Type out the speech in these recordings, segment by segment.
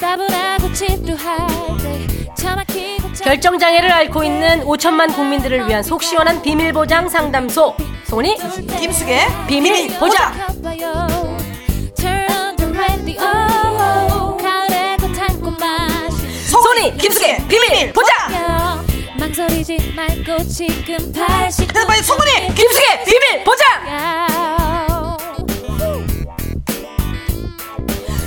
따분하고 지루할 때 차막히고 결정장애를 앓고 있는 5천만 국민들을 위한 속 시원한 비밀보장 상담소 소니 김숙의 비밀 보장 잡혀요. Turn on the radio. 가을의 꽃한 꽃맛이 소니 김숙의 비밀 보장 여. 망설이지 말고 지금 다시 근데 빨리 소문이 김숙의 비밀 보장 야.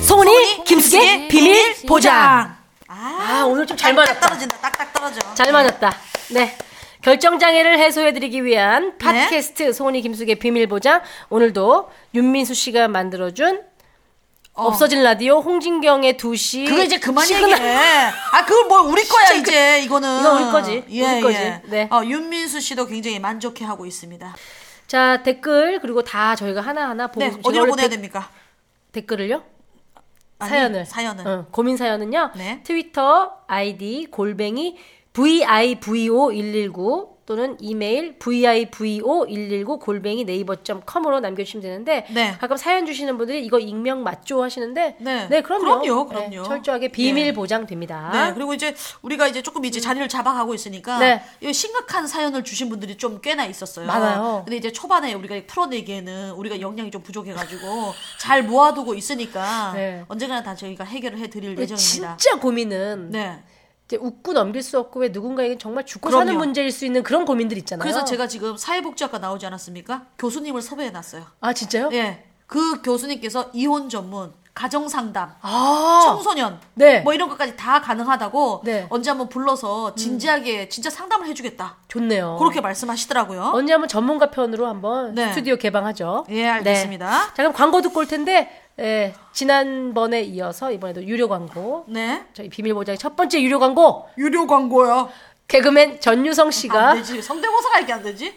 소니 김숙의 비밀 보장 아 오늘 좀 잘 딱딱 맞았다 떨어진다. 딱딱 떨어져. 잘 맞았다 네 결정장애를 해소해드리기 위한 팟캐스트 소니 김숙의 비밀 보장 오늘도 윤민수 씨가 만들어준 없어진 라디오 홍진경의 2시 그거 이제 그만 시그널. 얘기해. 아, 그걸 뭘 우리 거야, 이제. 이거는. 이건 우리 거지. 예, 우리 거지. 예. 네. 어, 윤민수 씨도 굉장히 만족해 하고 있습니다. 자 댓글 그리고 다 저희가 하나하나 보고 네, 제가 어디로 원래 보내야 댓- 됩니까? 댓글을요? 아니, 사연을 사연을. 어, 고민 사연은요 네. 트위터 아이디 골뱅이 vivo119 또는 이메일 vivo119 골뱅이 네이버.com으로 남겨주시면 되는데 네. 가끔 사연 주시는 분들이 이거 익명 맞죠 하시는데 네. 그럼요 그럼요, 그럼요. 네, 철저하게 비밀 예. 보장됩니다 네, 그리고 이제 우리가 이제 조금 이제 자리를 잡아가고 있으니까 아. 음. 네. 이 심각한 사연을 주신 분들이 좀 꽤나 있었어요. 많아요. 근데 이제 초반에 우리가 풀어내기에는 우리가 역량이 좀 부족해가지고 잘 모아두고 있으니까 네. 언젠가는 다 저희가 해결을 해드릴 근데 예정입니다. 진짜 고민은 네. 이제 웃고 넘길 수 없고 왜 누군가에게 정말 죽고 그럼요. 사는 문제일 수 있는 그런 고민들 있잖아요 그래서 제가 지금 사회복지학과 나오지 않았습니까? 교수님을 섭외해놨어요. 아 진짜요? 예. 그 교수님께서 이혼 전문, 가정 상담, 아 청소년, 네. 뭐 이런 것까지 다 가능하다고 네. 음. 언제 한번 불러서 진지하게 진짜 상담을 해주겠다. 좋네요 그렇게 말씀하시더라고요. 언제 한번 전문가 편으로 한번 네. 스튜디오 개방하죠. 네. 예, 알겠습니다. 자, 그럼 광고 듣고 올 텐데, 예, 지난번에 이어서 이번에도 유료 광고. 네. 저희 비밀보장의 첫 번째 유료 광고. 유료 광고야. 개그맨 전유성 씨가 안 되지. 성대모사가 이게 안 되지?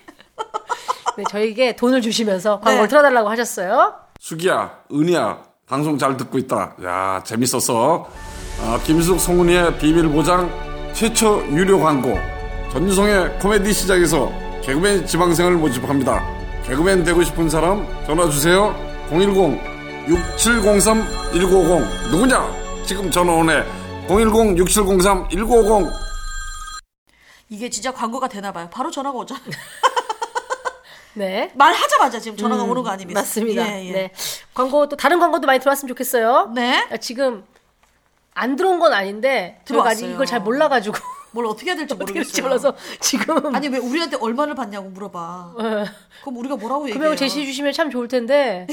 네, 저에게 돈을 주시면서 광고를 네. 틀어달라고 하셨어요. 수기야, 은희야, 방송 잘 듣고 있다. 야, 재밌었어. 아, 김숙, 송은이의 비밀보장 최초 유료 광고. 전유성의 코미디 시작에서 개그맨 지방생을 모집합니다. 개그맨 되고 싶은 사람 전화주세요. 010-6703-150. 누구냐? 지금 전화 오네. 010-6703-150. 이게 진짜 광고가 되나 봐요. 바로 전화가 오잖아. 네. 말하자마자 지금 전화가 오는 거 음, 아닙니까? 맞습니다. 예, 예. 네. 광고 또 다른 광고도 많이 들어왔으면 좋겠어요. 네. 아, 지금 안 들어온 건 아닌데 저희가 아직 들어왔어요. 이걸 잘 몰라가지고 뭘 어떻게 해야 될지 어떻게 모르겠어요. 될지 몰라서 지금 아니 왜 우리한테 얼마를 받냐고 물어봐. 그럼 우리가 뭐라고 얘기해요? 금액을 제시해 주시면 참 좋을 텐데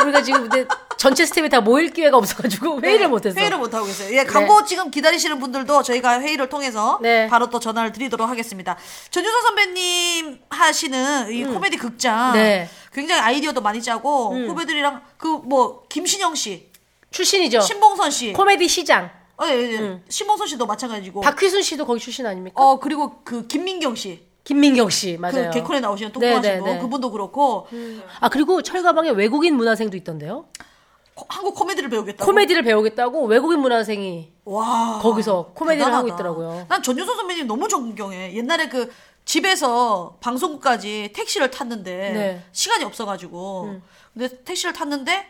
우리가 지금 근데 전체 스텝이 다 모일 기회가 없어가지고 회의를 못했어. 네. 회의를 못 하고 있어요. 예, 광고 지금 기다리시는 분들도 저희가 회의를 통해서 네. 바로 또 전화를 드리도록 하겠습니다. 전유선 선배님 하시는 이 코미디 극장 음. 네. 음. 굉장히 아이디어도 많이 짜고 후배들이랑 그 뭐 김신영 씨, 출신이죠. 신봉선 씨, 어. 코미디 시장 어, 예, 예. 신봉선 씨도 마찬가지고 박휘순 씨도 거기 출신 아닙니까? 어 그리고 그 김민경 씨. 김민경 씨 그 맞아요. 개콘에 네, 나오시는 똑똑하신 네, 분 네. 그분도 그렇고 아 그리고 철가방에 외국인 문화생도 있던데요. 어. 코- 한국 코미디를 배우겠다고 코미디를 배우겠다고 외국인 문화생이 와 거기서 코미디를 하고 아, 대단하다. 있더라고요. 난 전유선 선배님 너무 존경해. 옛날에 그 집에서 방송국까지 택시를 탔는데 네. 음. 시간이 없어가지고 근데 택시를 탔는데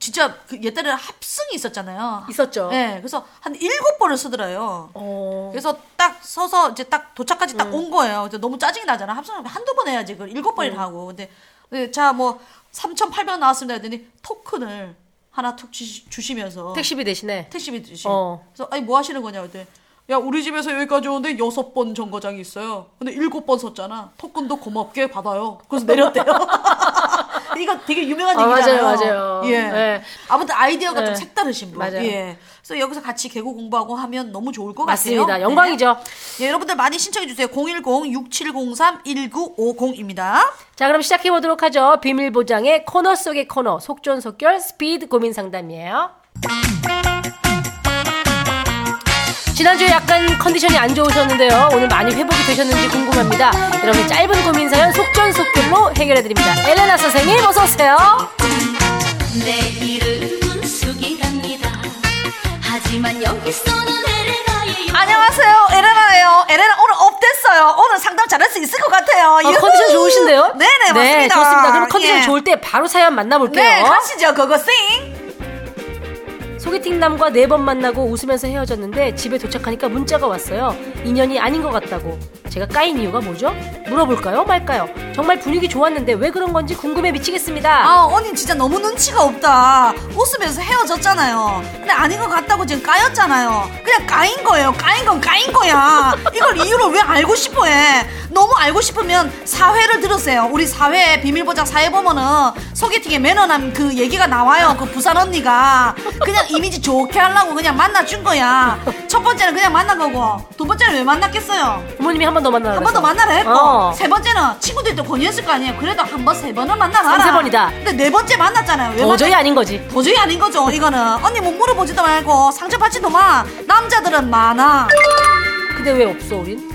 진짜 그 옛날에 합승이 있었잖아요. 있었죠. 네, 그래서 한 일곱 번을 쓰더라요. 어. 음. 그래서 딱 서서 이제 딱 도착까지 딱 온 거예요. 근데 너무 짜증이 나잖아. 합성하면 한두 번 해야지. 그걸 일곱 음. 번이나 하고. 근데, 자 뭐 3,800원 나왔습니다. 했더니 토큰을 하나 툭 주시- 주시면서 택시비 대신에 택시비 주시. 어. 그래서 아니 뭐 하시는 거냐 그랬더니 야 우리 집에서 여기까지 오는데 여섯 번 정거장이 있어요. 근데 일곱 번 썼잖아. 토큰도 고맙게 받아요. 그래서 내렸대요. 이거 되게 유명한 아, 얘기잖아요. 맞아요, 맞아요. 예. 네. 아무튼 아이디어가 네. 좀 색다르신 분. 맞아요. 예. 그래서 여기서 같이 개그 공부하고 하면 너무 좋을 것 같아요. 맞습니다. 네. 영광이죠. 예, 여러분들 많이 신청해 주세요. 010-6703-1950입니다. 자 그럼 시작해 보도록 하죠. 비밀 보장의 코너 속의 코너 속전속결 스피드 고민 상담이에요. 지난주에 약간 컨디션이 안 좋으셨는데요. 오늘 많이 회복이 되셨는지 궁금합니다. 여러분의 짧은 고민 사연 속전속결로 해결해 드립니다. 엘레나 선생님 어서 오세요. 내 이름은 숙이랍니다. 하지만 여기서는 해레가예요. 안녕하세요. 에레나예요. 에레나 오늘 업됐어요. 오늘 상담 잘할 수 있을 것 같아요. 어, 유후! 컨디션 좋으신데요? 네네, 맞습니다. 네, 좋습니다. 그럼 컨디션 예. 좋을 때 바로 사연 만나볼게요. 네, 가시죠. 그거 씽. 소개팅 남과 네 번 만나고 웃으면서 헤어졌는데 집에 도착하니까 문자가 왔어요. 인연이 아닌 것 같다고. 제가 까인 이유가 뭐죠? 물어볼까요? 말까요? 정말 분위기 좋았는데 왜 그런 건지 궁금해 미치겠습니다. 아, 언니 진짜 너무 눈치가 없다. 웃으면서 헤어졌잖아요. 근데 아닌 것 같다고 지금 까였잖아요. 그냥 까인 거예요. 까인 건 까인 거야. 이걸 이유를 왜 알고 싶어 해? 너무 알고 싶으면 사회를 들으세요. 우리 사회 비밀보장 사회 보면은 소개팅에 매너남 그 얘기가 나와요. 그 부산 언니가 그냥 이미지 좋게 하려고 그냥 만나준 거야. 첫 번째는 그냥 만난 거고 두 번째는 왜 만났겠어요? 부모님이 한 번 더 만나라. 한 번 그래서. 더 만나라 했고 어. 세 번째는 친구들도 권유했을 거 아니에요. 그래도 한 번 세 번은 만나라. 삼세 번이다. 근데 네 번째 만났잖아요. 왜 도저히 만나- 아닌 거지. 도저히 아닌 거죠. 이거는 언니 못 물어보지도 말고 상처받지도 마. 남자들은 많아. 근데 왜 없어 우린?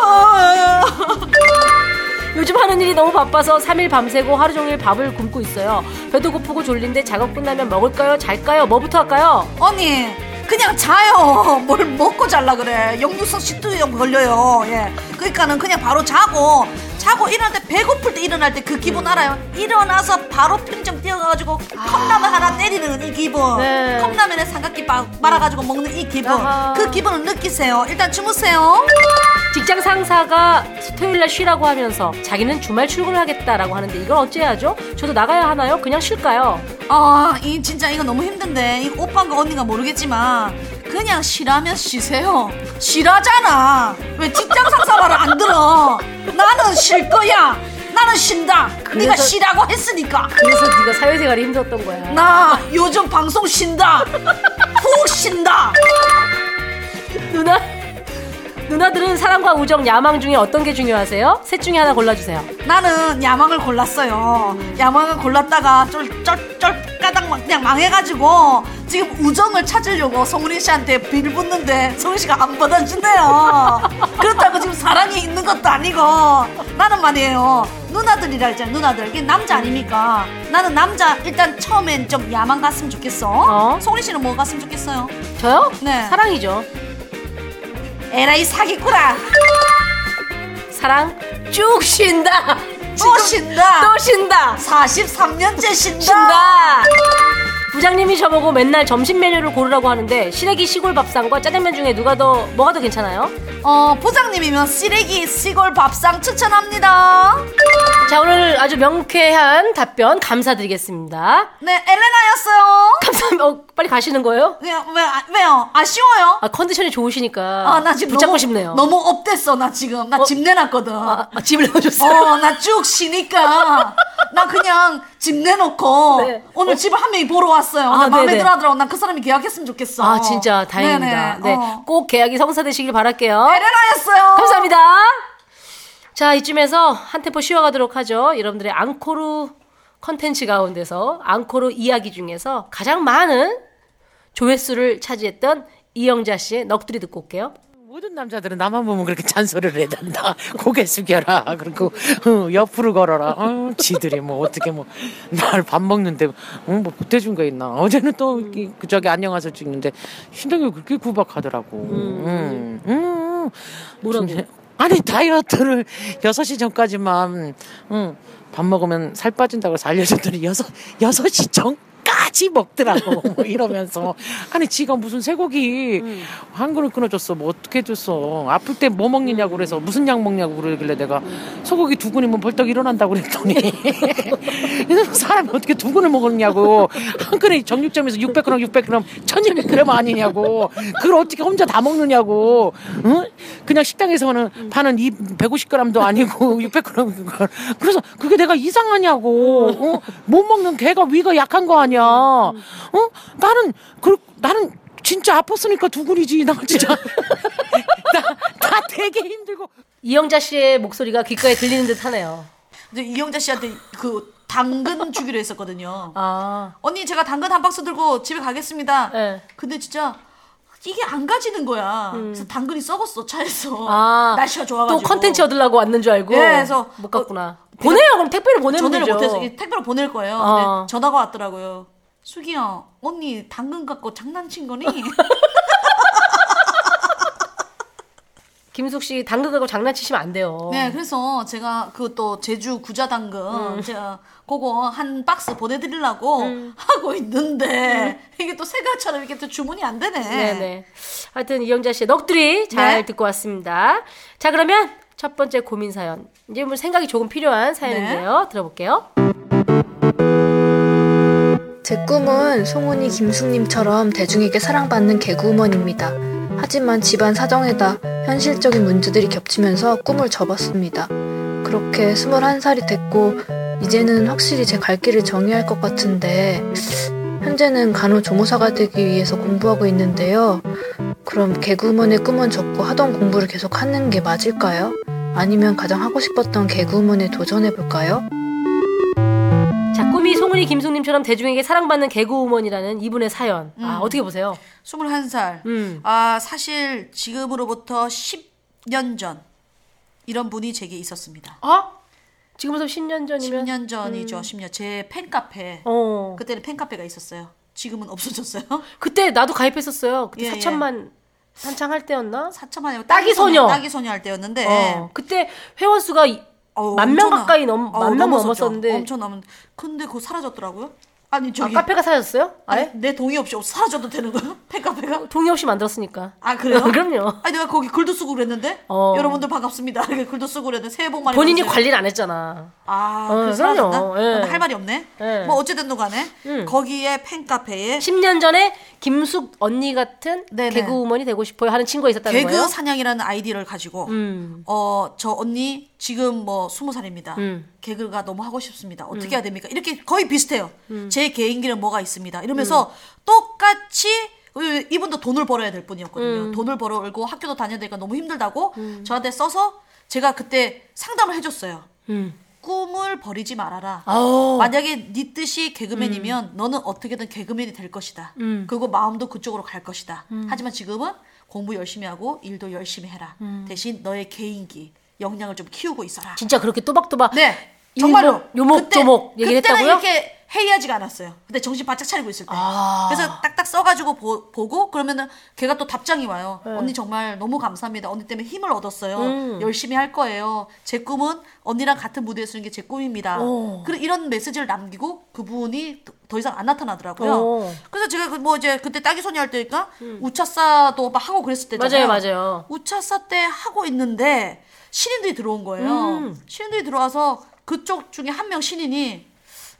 아! 요즘 하는 일이 너무 바빠서 3일 밤새고 하루 종일 밥을 굶고 있어요. 배도 고프고 졸린데 작업 끝나면 먹을까요? 잘까요? 뭐부터 할까요? 언니 그냥 자요. 뭘 먹고 잘라 그래. 역류성 식도염 걸려요. 예. 그러니까는 그냥 바로 자고 자고 일어날 때 배고플 때 일어날 때 그 음. 기분 알아요? 일어나서 바로 평정 뛰어가지고 컵라면 하나 때리는 이 기분. 아. 네. 컵라면에 삼각김 바- 말아가지고 먹는 이 기분. 아하. 그 기분을 느끼세요. 일단 주무세요. 직장 상사가 토요일 날 쉬라고 하면서 자기는 주말 출근하겠다라고 하는데 이걸 어째야죠? 저도 나가야 하나요? 그냥 쉴까요? 아, 이 진짜 이거 너무 힘든데 이 오빠인가 언니가 모르겠지만 그냥 쉬라면 쉬세요. 쉬라잖아. 왜 직장 상사 말을 안 들어? 나는 쉴 거야. 나는 쉰다. 네가 그래서- 쉬라고 했으니까. 그래서 네가 사회생활이 힘들었던 거야. 나 요즘 방송 쉰다. 푹 쉰다. 누나 누나들은 사랑과 우정, 야망 중에 어떤 게 중요하세요? 셋 중에 하나 골라주세요. 나는 야망을 골랐어요. 야망을 골랐다가 쫄쫄쫄 까닥 막 그냥 망해가지고 지금 우정을 찾으려고 성훈이 씨한테 빌붙는데 성훈 씨가 안 받아주네요. 그렇다고 지금 사랑이 있는 것도 아니고 나는 말이에요. 누나들이라 했잖아요. 누나들 이게 남자 아닙니까? 나는 남자 일단 처음엔 좀 야망 갔으면 좋겠어. 어? 성훈이 씨는 뭐 갔으면 좋겠어요? 저요? 네. 사랑이죠. 에라이 사기꾸라. 사랑 쭉 쉰다. 또 쉰다. 또 쉰다. 43년째 쉰다. 쉰다. 부장님이 저보고 맨날 점심 메뉴를 고르라고 하는데 시래기 시골 밥상과 짜장면 중에 누가 더 뭐가 더 괜찮아요? 어, 부장님이면 쓰레기 시골 밥상 추천합니다. 자 오늘 아주 명쾌한 답변 감사드리겠습니다. 네, 엘레나였어요. 감사합니다. 어, 빨리 가시는 거예요? 왜, 왜, 아, 왜요? 아쉬워요? 아 컨디션이 좋으시니까 아, 나 지금 붙잡고 너무, 싶네요. 너무 업됐어, 나 지금. 나 집 내놨거든. 아, 아, 집을 넣어줬어요. 어, 나 쭉 쉬니까. 나 그냥 집 내놓고 네. 오늘 집을 한 명이 보러 왔어요. 아, 나 마음에 네네. 들어 하더라고. 난 그 사람이 계약했으면 좋겠어. 아 진짜 다행입니다. 네네. 네, 어. 꼭 계약이 성사되시길 바랄게요. 엘레나였어요. 감사합니다. 자, 이쯤에서 한 템포 쉬어가도록 하죠. 여러분들의 앙코르 컨텐츠 가운데서 앙코르 이야기 중에서 가장 많은 조회수를 차지했던 이영자 씨의 넋두리 듣고 올게요. 모든 남자들은 나만 보면 그렇게 잔소리를 해댄다. 고개 숙여라. 그리고 어, 옆으로 걸어라. 어, 지들이 뭐 어떻게 뭐 날 밥 먹는데 어, 뭐 보태준 거 있나. 어제는 또 음. 그 저기 안녕하세요 찍는데 신동이 그렇게 구박하더라고. 음. 음. 뭐라고? 진짜. 아니 다이어트를 6시 전까지만 음, 밥 먹으면 살 빠진다고 해서 알려줬더니 여섯 여섯 시 전까지 먹더라고 뭐 이러면서 아니 지가 무슨 쇠고기 한 그릇 끊어줬어 뭐 어떻게 해줬어 아플 때 뭐 먹느냐고 그래서 무슨 약 먹냐고 그러길래 내가 소고기 두 근이면 벌떡 일어난다고 그랬더니 이놈 사람이 어떻게 두 근을 먹었냐고 한 근이 정육점에서 600g 600g 1200g 아니냐고 그걸 어떻게 혼자 다 먹느냐고 응? 그냥 식당에서는 파는 이 150g도 아니고 600g 그걸 그래서 그게 내가 이상하냐고 어? 못 먹는 개가 위가 약한 거 아니야 어? 나는 그 나는 진짜 아팠으니까 두근이지 나 진짜 나, 나 되게 힘들고 이영자 씨의 목소리가 귓가에 들리는 듯 하네요. 근데 이영자 씨한테 그 당근 주기로 했었거든요. 아. 언니 제가 당근 한 박스 들고 집에 가겠습니다. 네. 음. 근데 진짜 이게 안 가지는 거야. 그래서 당근이 썩었어 차에서. 아. 날씨가 좋아가지고. 또 컨텐츠 얻으려고 왔는 줄 알고. 예, 그래서 못 갔구나. 보내요. 그럼 택배로 보내면 전화를 되죠. 못해서 이 택배로 보낼 거예요. 어. 근데 전화가 왔더라고요. 수기야 언니 어. 당근 갖고 장난친 거니? 김숙 씨 당근하고 장난치시면 안 돼요. 네, 그래서 제가 그 또 제주 구자 당근 음. 제가 그거 한 박스 보내드리려고 하고 있는데 이게 또 새가처럼 이렇게 또 주문이 안 되네. 음. 네네. 하여튼 이영자 씨의 넋두리 잘 네. 듣고 왔습니다. 자 그러면 첫 번째 고민 사연. 이제 뭐 생각이 조금 필요한 사연인데요. 네. 들어볼게요. 제 꿈은 송은이 김숙님처럼 대중에게 사랑받는 개그우먼입니다. 하지만 집안 사정에다 현실적인 문제들이 겹치면서 꿈을 접었습니다. 그렇게 21살이 됐고 이제는 확실히 제 갈 길을 정의할 것 같은데 현재는 간호조무사가 되기 위해서 공부하고 있는데요. 그럼 개그우먼의 꿈은 접고 하던 공부를 계속 하는 게 맞을까요? 아니면 가장 하고 싶었던 개그우먼에 도전해볼까요? 자 꿈이 송은이 김숙님처럼 대중에게 사랑받는 개그우먼이라는 이분의 사연. 음. 아 어떻게 보세요? 21살. 음. 아, 사실 지금으로부터 10년 전 이런 분이 제게 있었습니다. 어? 지금부터 10년 전이면 음. 10년 전이죠. 10년. 제 팬카페. 어 그때는 팬카페가 있었어요. 지금은 없어졌어요. 그때 나도 가입했었어요. 그때 예, 4천만 한창 할 때였나? 사천만이면 따기 소녀. 따기 소녀 할 때였는데 어 그때 회원 수가 이- 어우, 만명 엄청나- 가까이 넘- 어우, 만명 넘었었죠. 넘었었는데. 엄청 넘은 근데 그거 사라졌더라고요. 아니 아, 저기 카페가 사라졌어요? 아예? 아니, 내 동의 없이 어, 사라져도 되는 거야? 팬카페가? 동의 없이 만들었으니까. 아 그래요? 그럼요. 아니 내가 거기 글도 쓰고 그랬는데 어. 여러분들 반갑습니다. 이렇게 글도 쓰고 그랬는데 새해 복 많이 본인이 받으세요. 관리를 안 했잖아. 아 어, 그래서 그럼요. 사라졌나? 예. 근데 할 말이 없네. 예. 뭐 어쨌든 간에 음. 거기에 팬카페에 10년 전에 김숙 언니 같은 네네. 개그우먼이 되고 싶어요 하는 친구가 있었다는 개그 거예요. 사냥이라는 아이디를 가지고 음. 어 저 언니 지금 뭐 스무 살입니다. 음. 개그가 너무 하고 싶습니다. 어떻게 해야 됩니까? 이렇게 거의 비슷해요. 음. 제 개인기는 뭐가 있습니다. 이러면서 똑같이 그 이분도 돈을 벌어야 될 뿐이었거든요. 음. 돈을 벌어올고 학교도 다녀야 되니까 너무 힘들다고 저한테 써서 제가 그때 상담을 해줬어요. 음. 꿈을 버리지 말아라. 아오. 만약에 네 뜻이 개그맨이면 너는 어떻게든 개그맨이 될 것이다. 그리고 음. 마음도 음. 그쪽으로 갈 것이다. 하지만 지금은 공부 열심히 하고 일도 열심히 해라. 대신 너의 개인기 역량을 좀 키우고 있어라. 진짜 그렇게 또박또박. 네, 정말로 일목, 요목조목 그때, 얘기를 그때는 했다고요? 이렇게 해이하지가 않았어요. 근데 정신 바짝 차리고 있을 때. 아. 그래서 딱딱 써가지고 보, 고 그러면은 걔가 또 답장이 와요. 네. 언니 정말 너무 감사합니다. 언니 때문에 힘을 얻었어요. 음. 열심히 할 거예요. 제 꿈은 언니랑 같은 무대에 서는 게 제 꿈입니다. 어. 그리고 이런 메시지를 남기고 그분이 더- 더 이상 안 나타나더라고요. 오. 그래서 제가 그 뭐 이제 그때 따기 소녀 할 때니까 우차사도 막 하고 그랬을 때잖아요. 음. 맞아요, 맞아요. 우차사 때 하고 있는데 신인들이 들어온 거예요. 음. 신인들이 들어와서 그쪽 중에 한 명 신인이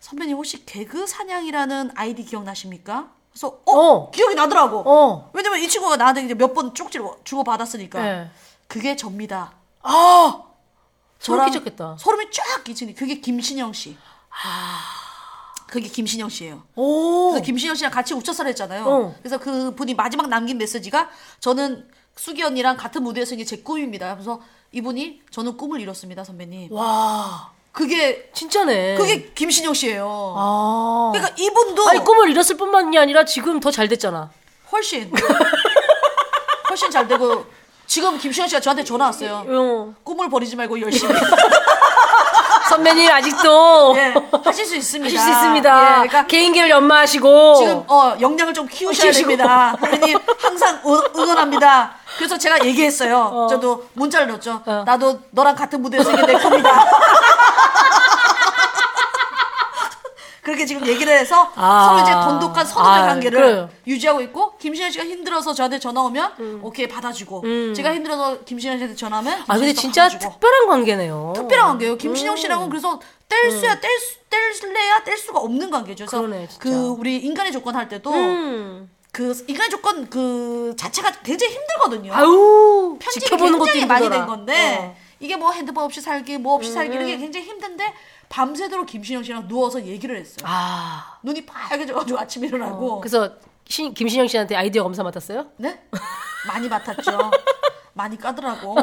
선배님 혹시 개그 사냥이라는 아이디 기억나십니까? 그래서 어, 어. 기억이 나더라고. 어. 왜냐면 이 친구가 나한테 이제 몇 번 쪽지를 주고 받았으니까 네. 아! 그게 접니다. 소름 저랑 끼쳤겠다. 아. 소름이 쫙 끼치니 그게 김신영 씨. 그게 김신영 씨예요. 오. 그래서 김신영 씨랑 같이 우차사를 했잖아요. 어. 그래서 그 분이 마지막 남긴 메시지가 저는 수기 언니랑 같은 무대에서 이게 제 꿈입니다. 그래서 이분이 저는 꿈을 이뤘습니다, 선배님. 와. 그게 진짜네. 그게 김신영 씨예요. 아. 그러니까 이분도 아니 꿈을 잃었을 뿐만이 아니라 지금 더 잘 됐잖아. 훨씬 훨씬 잘 되고 지금 김신영 씨가 저한테 전화 왔어요. 어. 꿈을 버리지 말고 열심히 선배님 아직도 예, 하실 수 있습니다. 하실 수 있습니다. 예, 그러니까 개인기를 연마하시고 지금 어 영양을 좀 키우셔야 키우시고. 됩니다. 선배님 항상 응- 응원합니다. 그래서 제가 얘기했어요. 저도 문자를 넣었죠. 어. 나도 너랑 같은 무대에서 이게 내 겁니다. 그렇게 지금 얘기를 해서 아. 서로 이제 돈독한 선후배 아, 관계를 그래요. 음. 유지하고 있고 김신현 씨가 힘들어서 저한테 전화 오면 오케이 받아주고 제가 힘들어서 김신현 씨한테 전화하면 아 근데 김신현 씨도 진짜 받아주고. 특별한 관계네요. 특별한 관계예요. 김신영 씨랑은 그래서 뗄 수야 뗄 수, 뗄래야 뗄 수가 없는 관계죠. 그래서 음. 그러네, 진짜. 그 우리 인간의 조건 할 때도 음. 그 인간의 조건 그 자체가 굉장히 힘들거든요. 아우 편집이 지켜보는 것도 굉장히 많이 힘들더라. 된 건데 어. 음. 이게 뭐 핸드폰 없이 살기 뭐 없이 살기 이런 게 굉장히 힘든데 밤새도록 김신영 씨랑 누워서 얘기를 했어요. 아 눈이 빨개져가지고 아침에 일어나고 그래서 신, 김신영 씨한테 아이디어 검사 맡았어요? 네? 많이 맡았죠. 많이 까더라고.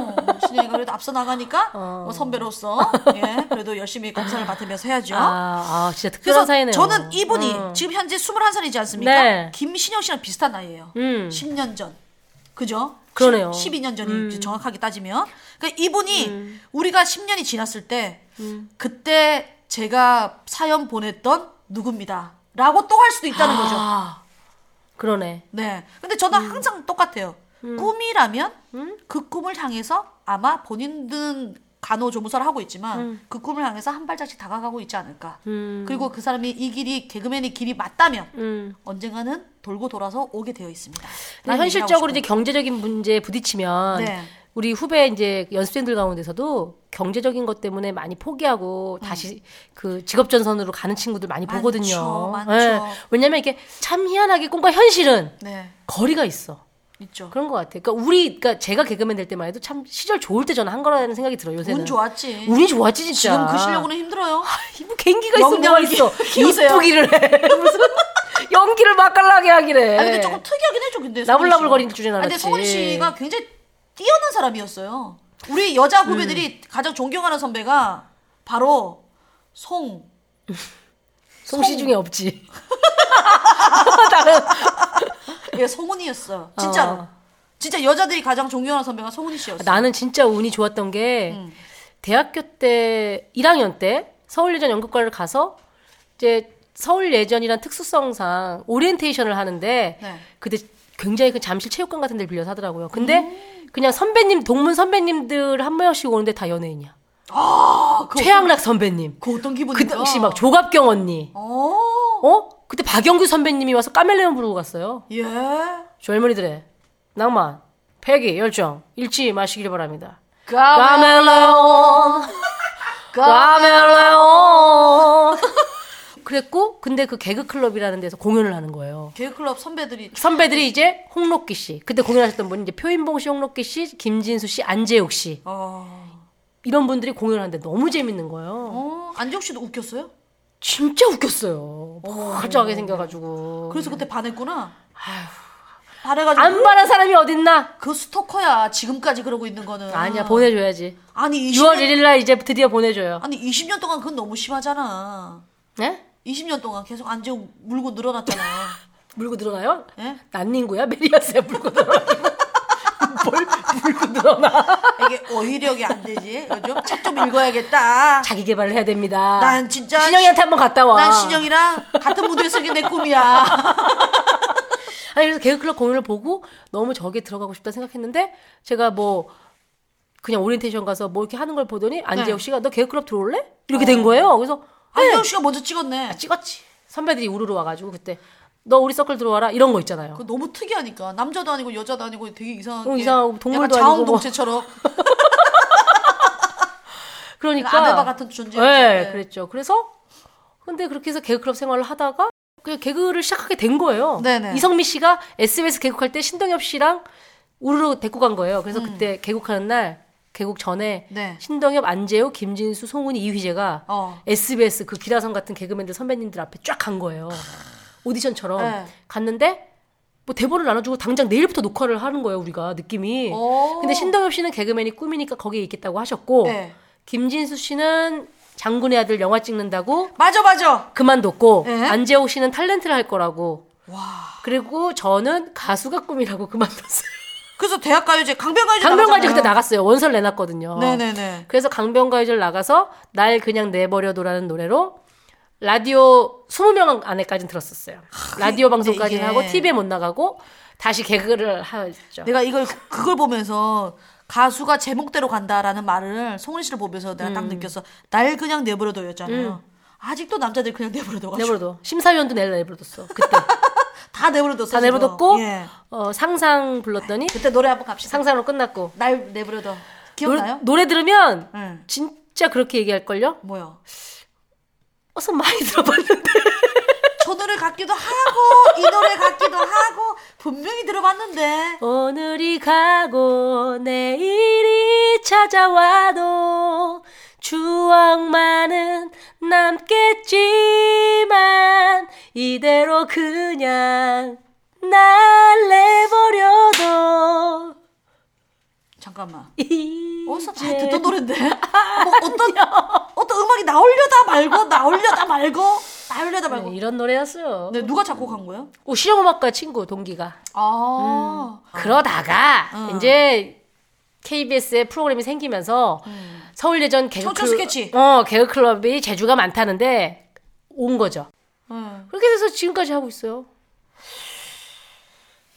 신영이가 그래도 앞서 나가니까 어. 뭐 선배로서 예, 그래도 열심히 검사를 맡으면서 해야죠. 아, 아 진짜 특별한 그래서 사이네요. 저는 이분이 어. 지금 현재 21살이지 않습니까? 네. 김신영 씨랑 비슷한 나이예요. 음. 10년 전. 그죠? 그러네요. 음. 10, 12년 전이 정확하게 따지면. 그러니까 이분이 우리가 10년이 지났을 때 음. 그때 제가 사연 보냈던 누굽니다. 아. 라고 또 할 수도 있다는 거죠. 그러네. 음. 네. 근데 저는 항상 똑같아요. 꿈이라면 그 꿈을 향해서 아마 본인들은 간호조무사를 하고 있지만 음. 그 꿈을 향해서 한 발짝씩 다가가고 있지 않을까. 그리고 그 사람이 이 길이 개그맨의 길이 맞다면 음. 언젠가는 돌고 돌아서 오게 되어 있습니다. 근데 네, 현실적으로 이제 경제적인 문제에 부딪히면 네. 우리 후배 이제 연습생들 가운데서도 경제적인 것 때문에 많이 포기하고 다시 그 직업 전선으로 가는 친구들 많이 네. 많죠, 보거든요. 많죠. 예. 왜냐면 이게 참 희한하게 꿈과 현실은 네 거리가 있어. 있죠. 그런 것 같아요. 그러니까 우리 그러니까 제가 개그맨 될 때만 해도 참 시절 좋을 때 저는 한 거라는 생각이 들어요. 요새는 운 좋았지. 운이 좋았지 진짜. 지금 그 실력으로는 힘들어요. 뭐 갱기가 있어 뭐가 영역이 있어. 키우세요. 이쁘기를 해. 무슨 연기를 맛깔나게 하기래. 아니 근데 조금 특이하긴 해줘 근데 네. 나불나불 성훈이 거리는 씨가. 줄은 아니, 근데 알았지. 성훈이 씨가 굉장히 뛰어난 사람이었어요. 우리 여자 음. 후배들이 가장 존경하는 선배가 바로 송 송씨 중에 없지. 다른 예, 송은이였어요. 진짜로. 진짜 여자들이 가장 존경하는 선배가 송은이 씨였어요. 아, 나는 진짜 운이 좋았던 게 음. 대학교 때 1학년 때 서울 예전 연극과를 가서 이제 서울 예전이란 특수성상 오리엔테이션을 하는데 네. 그때 굉장히 그 잠실 체육관 같은 데를 빌려서 하더라고요. 근데 음. 그냥 선배님 동문 선배님들 한 명씩 오는데 다 연예인이야. 그거 아, 최양락 선배님. 그 어떤 그 기분이야? 당시 막 조갑경 언니. 어. 어? 그때 박영규 선배님이 와서 까멜레온 부르고 갔어요. 예. 젊은이들의 낭만, 패기, 열정 잃지 마시길 바랍니다. 까멜. 까멜레온, 까멜레온. 그랬고 근데 그 개그 클럽이라는 데서 공연을 하는 거예요. 개그클럽 선배들이 선배들이 이제 홍록기 씨, 그때 공연하셨던 분이 이제 표인봉 씨, 홍록기 씨, 김진수 씨, 안재욱 씨 어. 이런 분들이 공연하는데 너무 재밌는 거예요. 어, 안정 씨도 웃겼어요? 진짜 웃겼어요. 멀쩡하게 생겨가지고. 그래서 그때 반했구나. 반해가지고 안 바란 사람이 어딨나? 그 스토커야. 지금까지 그러고 있는 거는. 아니야 보내줘야지. 아니 20년 6월 1일 날 이제 드디어 보내줘요. 아니 20년 동안 그건 너무 심하잖아. 네? 20년 동안 계속 안재욱 물고 늘어났잖아. 물고 들어가요? 예? 난닝구야? 메리아스야 물고 들어가. 뭘 물고 들어나? 이게 어휘력이 안 되지. 요즘 책 좀 읽어야겠다. 자기 개발을 해야 됩니다. 난 진짜 신영이한테 한번 갔다 와. 난 신영이랑 같은 무대에 서게 내 꿈이야. 아니 그래서 개그클럽 공연을 보고 너무 저기에 들어가고 싶다 생각했는데 제가 뭐 그냥 오리엔테이션 가서 뭐 이렇게 하는 걸 보더니 네. 안재혁 씨가 너 개그클럽 들어올래? 이렇게 된 거예요. 그래서 안재욱 씨가 먼저 찍었네. 찍었지. 선배들이 우르르 와가지고 그때 너 우리 서클 들어와라 이런 거 있잖아요. 그거 너무 특이하니까 남자도 아니고 여자도 아니고 되게 이상한. 어, 게 이상하고 동물도 약간 아니고 뭐. 자웅동체처럼 그러니까 아메바 같은 존재였죠. 네, 네. 그랬죠. 그래서 근데 그렇게 해서 개그클럽 생활을 하다가 그냥 개그를 시작하게 된 거예요. 네네. 이성미 씨가 SBS 개국할 때 신동엽 씨랑 우르르 데리고 간 거예요. 음. 그래서 그때 개국하는 날 개국 전에 네. 신동엽, 안재호, 김진수, 송은이, 이휘재가 어. SBS 그 기라성 같은 개그맨들 선배님들 앞에 쫙 간 거예요. 오디션처럼 네. 갔는데 뭐 대본을 나눠주고 당장 내일부터 녹화를 하는 거예요 우리가 느낌이. 오. 근데 신동엽 씨는 개그맨이 꿈이니까 거기에 있겠다고 하셨고 어. 네. 김진수 씨는 장군의 아들 영화 찍는다고 맞아 맞아. 그만뒀고 네. 안재호 씨는 탤런트를 할 거라고. 그리고 저는 가수가 꿈이라고 그만뒀어요. 아, 그래서 대학가요제 강변가요제 강변가요제 그때 나갔잖아요. 나갔어요. 원서를 내놨거든요. 네네네. 그래서 강변가요제를 나가서 날 그냥 내버려둬라는 노래로 라디오 20명 안에까지는 들었었어요. 라디오 방송까지는 이게- 하고 TV에 못 나가고 다시 개그를 하죠. 내가 이걸 그걸 보면서 가수가 제목대로 간다라는 말을 송은 씨를 보면서 내가 음. 딱 느꼈어. 날 그냥 내버려둬였잖아요. 아직도 남자들 그냥 내버려둬. 내버려... 내버려둬. 심사위원도 내 내버려뒀어. 그때 다 내버려뒀어. 다 지금. 내버려뒀고 예. 어, 상상 불렀더니 그때 노래 한번 갑시다. 상상으로 끝났고 날 내버려둬. 기억나요? 노래, 노래 들으면 응. 진짜 그렇게 얘기할걸요? 뭐요? 어서 많이 들어봤는데 저 노래 같기도 하고 이 노래 같기도 하고 분명히 들어봤는데 오늘이 가고 내일이 찾아와도 추억만은 남겠지만 이대로 그냥 날 내버려둬 잠깐만. 이제 어디서 잘 듣던 노래인데 뭐 어떤 어떤 음악이 나올려다 말고 나올려다 말고 나올려다 말고. 네, 이런 노래였어요 근데 누가 작곡한 거예요? 오, 실용음악과 친구 동기가 아. 음. 그러다가 어. 이제 KBS에 프로그램이 생기면서 음. 서울 예전 개그 청춘 스케치. 어 개그 클럽이 제주가 많다는데 음. 온 거죠. 그렇게 돼서 지금까지 하고 있어요.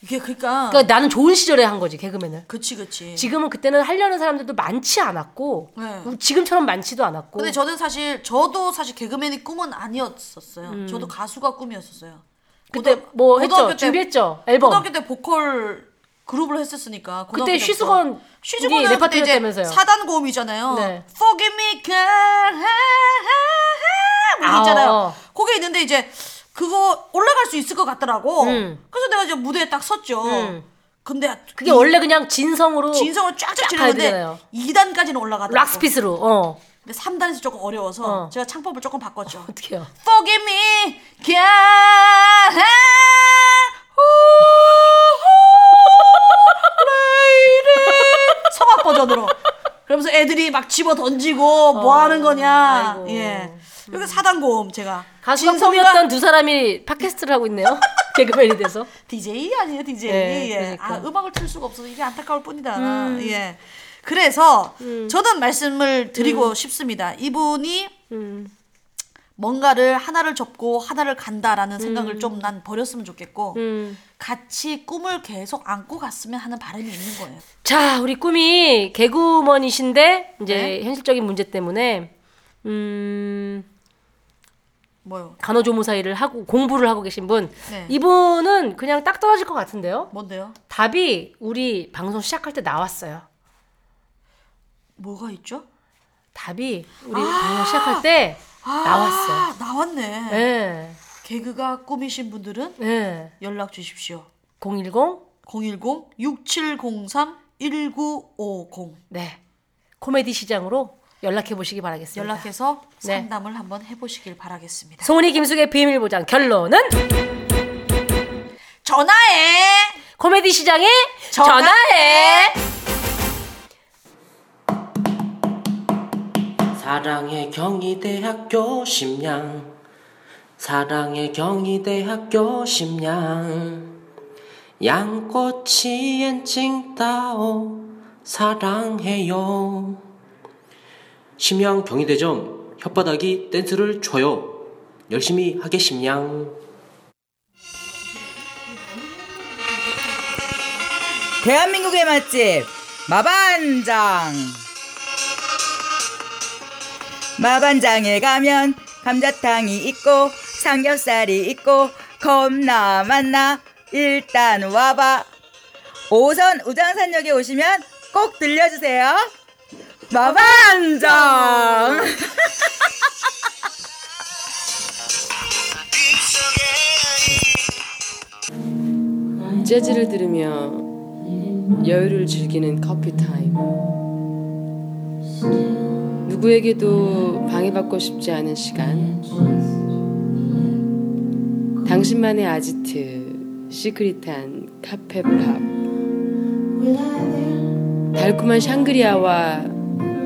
이게 그러니까, 그러니까 나는 좋은 시절에 한 거지 개그맨을. 그치 그치. 지금은 그때는 하려는 사람들도 많지 않았고 네. 지금처럼 많지도 않았고 근데 저는 사실 저도 사실 개그맨이 꿈은 아니었었어요. 저도 가수가 꿈이었었어요. 음. 그때 고등- 뭐 했죠? 고등학교 때- 준비했죠? 앨범. 고등학교 때 보컬 그룹을 했었으니까. 고등학교 그때 때부터. 쉬수건 쉬수건은 우리 그때 레퍼토리 이제 때면서요. 사단 고음이잖아요. 네. Forgive me, girl. 하, 하, 하, 뭐 아, 있잖아요. 어. 그게 있는데 이제 그거 올라갈 수 있을 것 같더라고. 음. 그래서 내가 이제 무대에 딱 섰죠. 음. 근데 그게 원래 그냥 진성으로 진성을 쫙쫙 가야 지르는데 되잖아요. 2단까지는 올라가더라고. 락스피스로 어 근데 3단에서 조금 어려워서 어. 제가 창법을 조금 바꿨죠. 어떻게요? 네. Forgive me, girl. 후후레이레. 성악 버전으로. 그러면서 애들이 막 집어 던지고 뭐 하는 거냐. 아이고. 예. 여기 사단 고음 제가. 가수가 진성과 꿈이었던 두 사람이 팟캐스트를 하고 있네요. 개그맨이 돼서. DJ 아니에요, DJ. 예, 예. 아, 그러니까. 음. 음악을 틀 수가 없어서 이게 안타까울 뿐이다. 예. 그래서 저는 말씀을 음. 드리고 싶습니다. 이분이 뭔가를 하나를 접고 하나를 간다라는 음. 생각을 좀 난 버렸으면 좋겠고 같이 꿈을 계속 안고 갔으면 하는 바람이 있는 거예요. 자, 우리 꿈이 개그우먼이신데 이제 네. 현실적인 문제 때문에 음, 뭐요? 간호조무사 일을 하고 공부를 하고 계신 분. 네. 이분은 그냥 딱 떨어질 것 같은데요. 뭔데요? 답이 우리 방송 시작할 때 나왔어요. 뭐가 있죠? 답이 우리 방송 시작할 때 아, 나왔어요. 나왔네. 예. 개그가 꿈이신 분들은 예. 연락 주십시오. 010 010 6703 1950 네. 코미디 시장으로 연락해 보시기 바라겠습니다. 연락해서 네. 상담을 한번 해보시길 바라겠습니다. 송은이 김숙의 비밀 보장 결론은 전화해. 코미디 시장에 전화해! 전화해. 사랑의 경희대학교 심양 사랑의 경희대학교 심양 양꼬치 엔칭따오 사랑해요 심양 경희대점 혓바닥이 댄스를 쳐요 열심히 하게 심양 대한민국의 맛집 마반장 마반장에 가면 감자탕이 있고 삼겹살이 있고 겁나 많나 일단 와봐 5선 우장산역에 오시면 꼭 들려주세요 마반장 재즈를 들으며 여유를 즐기는 커피 타임. 누구에게도 방해받고 싶지 않은 시간. 당신만의 아지트, 시크릿한 카페팝. 달콤한 샹그리아와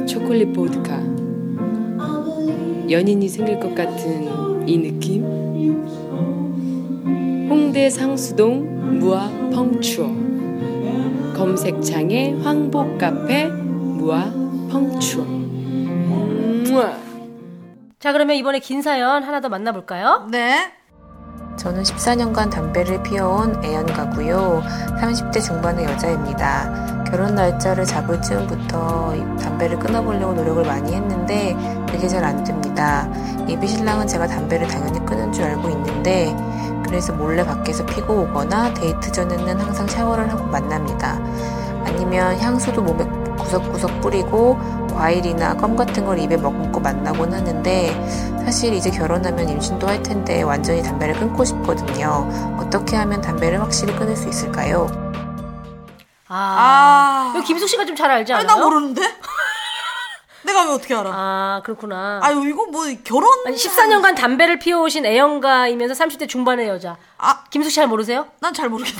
초콜릿 보드카. 연인이 생길 것 같은 이 느낌. 홍대 상수동 무아 펑추어 검색창에 황복 카페 무아 펑추어 무아 자 그러면 이번에 긴 사연 하나 더 만나볼까요? 네. 저는 14년간 담배를 피워온 애연가고요. 30대 중반의 여자입니다. 결혼 날짜를 잡을 즈음부터 이 담배를 끊어보려고 노력을 많이 했는데 그게 잘 안 됩니다. 예비 신랑은 제가 담배를 당연히 끊은 줄 알고 있는데 그래서 몰래 밖에서 피고 오거나 데이트 전에는 항상 샤워를 하고 만납니다. 아니면 향수도 몸에 구석구석 뿌리고 과일이나 껌 같은 걸 입에 머금고 만나곤 하는데 사실 이제 결혼하면 임신도 할 텐데 완전히 담배를 끊고 싶거든요. 어떻게 하면 담배를 확실히 끊을 수 있을까요? 아, 아. 이거 김숙 씨가 좀 잘 알지 아니 않아요? 나 모르는데. 내가 왜 어떻게 알아? 아 그렇구나. 아, 유 이거 뭐 결혼 아니 14년간 담배를 피워오신 애연가이면서 30대 중반의 여자. 아. 김숙 씨 잘 모르세요? 난 잘 모르겠네.